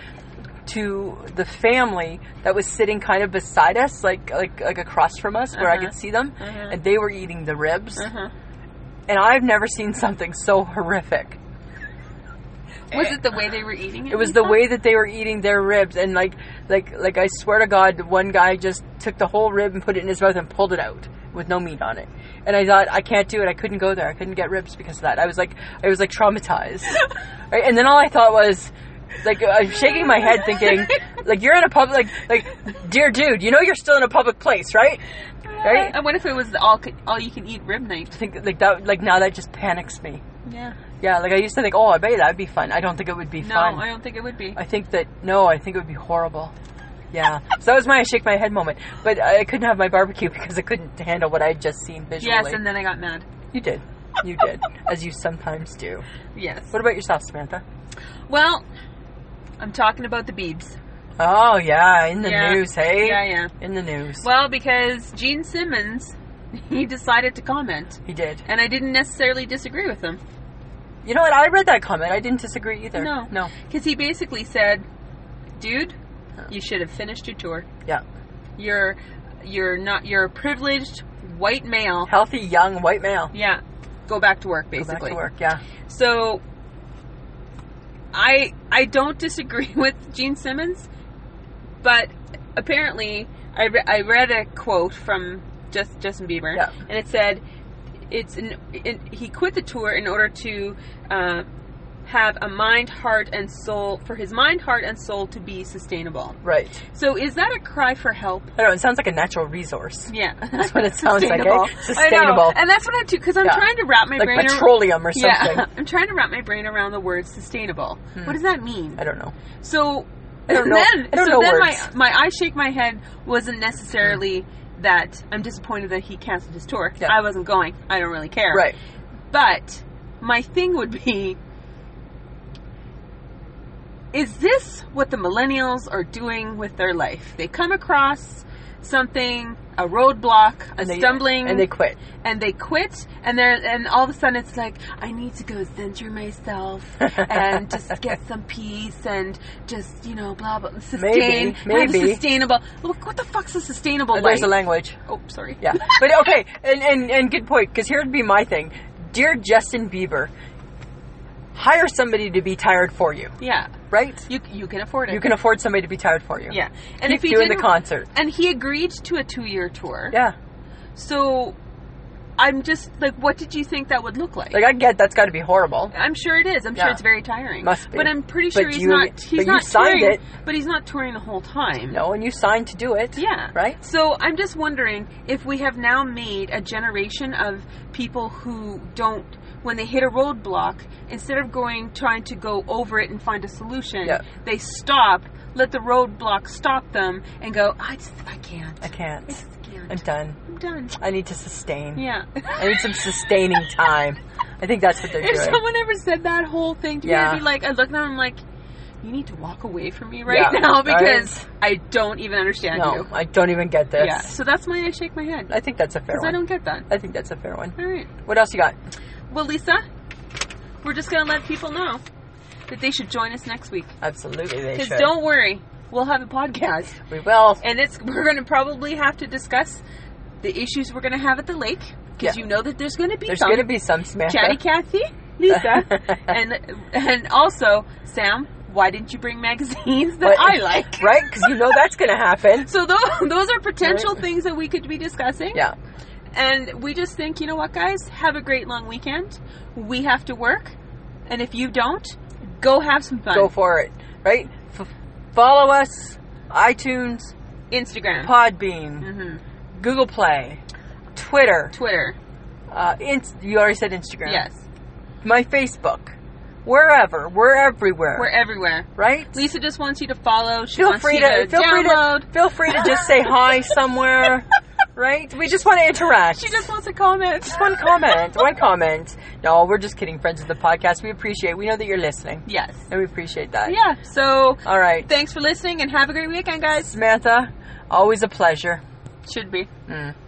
Speaker 2: to the family that was sitting kind of beside us, like like like across from us, where I
Speaker 1: Uh-huh.
Speaker 2: could see them,
Speaker 1: Uh-huh.
Speaker 2: and they were eating the ribs.
Speaker 1: Uh-huh.
Speaker 2: And I've never seen something so horrific.
Speaker 1: Was it the way they were eating it?
Speaker 2: Eh. It was the
Speaker 1: Lisa?
Speaker 2: way that they were eating their ribs, and like like like I swear to God, the one guy just took the whole rib and put it in his mouth and pulled it out with no meat on it. And I thought I can't do it. I couldn't go there. I couldn't get ribs because of that. I was like I was like traumatized. right? And then all I thought was like I'm shaking my head, thinking like you're in a public like like dear dude, you know you're still in a public place, right? Right?
Speaker 1: And what if it was the all all you can eat rib night?
Speaker 2: I think like that like now that just panics me.
Speaker 1: Yeah.
Speaker 2: Yeah, like I used to think, oh, I bet you that'd be fun. I don't think it would be
Speaker 1: No,
Speaker 2: fun.
Speaker 1: I don't think it would be.
Speaker 2: I think that no, I think it would be horrible. Yeah, so that was my shake my head moment. But I couldn't have my barbecue because I couldn't handle what I had just seen visually.
Speaker 1: Yes, and then I got mad.
Speaker 2: you did, you did, as you sometimes do.
Speaker 1: Yes.
Speaker 2: What about yourself, Samantha?
Speaker 1: Well, I'm talking about the Beebs.
Speaker 2: Oh yeah, in the
Speaker 1: Yeah.
Speaker 2: news, hey,
Speaker 1: Yeah, yeah.
Speaker 2: in the news.
Speaker 1: Well, because Gene Simmons, he decided to comment,
Speaker 2: he did.
Speaker 1: and I didn't necessarily disagree with him
Speaker 2: You know what? I read that comment. I didn't disagree either.
Speaker 1: No.
Speaker 2: no,
Speaker 1: because he basically said, "Dude, you should have finished your tour.
Speaker 2: yeah.
Speaker 1: You're, you're not. You're a privileged white male.
Speaker 2: Healthy, young, white male.
Speaker 1: Yeah, go back to work,
Speaker 2: Go back
Speaker 1: basically.
Speaker 2: to work. Yeah,
Speaker 1: So, I I don't disagree with Gene Simmons, but apparently I, re- I read a quote from just Justin Bieber,
Speaker 2: Yeah.
Speaker 1: and it said it's an, it, he quit the tour in order to uh, have a mind, heart, and soul for his mind, heart, and soul to be sustainable.
Speaker 2: right.
Speaker 1: So is that a cry for help?
Speaker 2: I don't know. It sounds like a natural resource.
Speaker 1: Yeah,
Speaker 2: That's what it sounds like.
Speaker 1: sustainable. I
Speaker 2: eh?
Speaker 1: know.
Speaker 2: Sustainable,
Speaker 1: and that's what I do because I'm
Speaker 2: Yeah.
Speaker 1: trying to wrap my
Speaker 2: like
Speaker 1: brain ar-
Speaker 2: petroleum or something. Hmm.
Speaker 1: yeah, I'm trying to wrap my brain around the word sustainable. What does that mean?
Speaker 2: I don't know.
Speaker 1: So
Speaker 2: I don't
Speaker 1: and
Speaker 2: know-
Speaker 1: then,
Speaker 2: I don't
Speaker 1: so
Speaker 2: know
Speaker 1: then
Speaker 2: words. Hmm.
Speaker 1: my my I shake my head wasn't necessarily that I'm disappointed that he canceled his tour.
Speaker 2: Yeah.
Speaker 1: I wasn't going. I don't really care.
Speaker 2: Right.
Speaker 1: But my thing would be is this what the millennials are doing with their life? They come across something, a roadblock, a
Speaker 2: And they-
Speaker 1: stumbling,
Speaker 2: and they quit.
Speaker 1: and they quit and they're and all of a sudden it's like i need to go center myself and just get some peace and just you know blah blah sustain have a
Speaker 2: maybe.
Speaker 1: sustainable look what the fuck's a sustainable
Speaker 2: There's the
Speaker 1: life?
Speaker 2: language.
Speaker 1: oh sorry
Speaker 2: Yeah, but okay, and and, and good point. Because here would be my thing, dear Justin Bieber, hire somebody to be tired for you,
Speaker 1: yeah
Speaker 2: right?
Speaker 1: you you can afford it
Speaker 2: You can afford somebody to be tired for you.
Speaker 1: yeah and
Speaker 2: Keep
Speaker 1: if he
Speaker 2: doing the
Speaker 1: didn't-
Speaker 2: concert.
Speaker 1: and he agreed to a two-year tour
Speaker 2: Yeah,
Speaker 1: so i'm just like what did you think that would look like
Speaker 2: like I get that's got to be horrible.
Speaker 1: I'm sure it is. I'm sure
Speaker 2: Yeah.
Speaker 1: it's very tiring.
Speaker 2: Must be.
Speaker 1: But I'm pretty
Speaker 2: But
Speaker 1: sure he's
Speaker 2: you-
Speaker 1: not.
Speaker 2: but
Speaker 1: He's
Speaker 2: you
Speaker 1: not
Speaker 2: signed
Speaker 1: touring.
Speaker 2: it.
Speaker 1: But he's not touring the whole time.
Speaker 2: No, and you signed to do it.
Speaker 1: Yeah.
Speaker 2: Right?
Speaker 1: So I'm just wondering if we have now made a generation of people who don't, when they hit a roadblock, instead of going trying to go over it and find a solution,
Speaker 2: Yeah.
Speaker 1: they stop, let the roadblock stop them, and go, I just, I can't.
Speaker 2: I
Speaker 1: I
Speaker 2: can't.
Speaker 1: just
Speaker 2: I'm
Speaker 1: can't.
Speaker 2: done.
Speaker 1: I'm done.
Speaker 2: I need to sustain.
Speaker 1: Yeah.
Speaker 2: I need some sustaining time. I think that's what they're
Speaker 1: if
Speaker 2: doing.
Speaker 1: someone ever said that whole thing to me,
Speaker 2: Yeah.
Speaker 1: I'd be like, I look at them, I'm like, you need to walk away from me right
Speaker 2: Yeah,
Speaker 1: now
Speaker 2: right?
Speaker 1: because I don't even understand
Speaker 2: no,
Speaker 1: you.
Speaker 2: I don't even get this.
Speaker 1: Yeah. So that's why I shake my head
Speaker 2: I think that's a fair
Speaker 1: because I
Speaker 2: one.
Speaker 1: don't get that.
Speaker 2: I think that's a fair one.
Speaker 1: All right.
Speaker 2: What else you got?
Speaker 1: Well, Lisa, we're just going to let people know that they should join us next week.
Speaker 2: Absolutely, they
Speaker 1: Because
Speaker 2: should.
Speaker 1: don't worry, we'll have a podcast,
Speaker 2: We will.
Speaker 1: and it's we're going to probably have to discuss the issues we're going to have at the lake. Because
Speaker 2: Yeah.
Speaker 1: you know that there's going to be
Speaker 2: There's
Speaker 1: some
Speaker 2: going to be some Samantha.
Speaker 1: chatty Cathy, Lisa, and and also Sam. Why didn't you bring magazines that
Speaker 2: What-
Speaker 1: I like?
Speaker 2: Right? Because you know that's going to happen.
Speaker 1: So those, those are potential
Speaker 2: Right.
Speaker 1: things that we could be discussing.
Speaker 2: Yeah.
Speaker 1: And we just think, you know what, guys? Have a great long weekend. We have to work. And if you don't, go have some fun.
Speaker 2: Go for it. Right? F- follow us. iTunes,
Speaker 1: Instagram,
Speaker 2: Podbean,
Speaker 1: hmm
Speaker 2: Google Play, Twitter.
Speaker 1: Twitter.
Speaker 2: Uh, inst- you already said Instagram.
Speaker 1: Yes.
Speaker 2: My Facebook. Wherever. We're everywhere.
Speaker 1: We're everywhere.
Speaker 2: right?
Speaker 1: Lisa just wants you to follow. She
Speaker 2: feel
Speaker 1: wants
Speaker 2: free
Speaker 1: you
Speaker 2: to, feel free
Speaker 1: download.
Speaker 2: to feel free to just say hi somewhere. Right? We just want to interact.
Speaker 1: She just wants to comment.
Speaker 2: Just one comment. One comment. No, we're just kidding, friends of the podcast. We appreciate. We know that you're listening,
Speaker 1: yes.
Speaker 2: and we appreciate that.
Speaker 1: Yeah. So
Speaker 2: All right,
Speaker 1: thanks for listening and have a great weekend, guys.
Speaker 2: Samantha. Always a pleasure.
Speaker 1: Should be.
Speaker 2: Mm.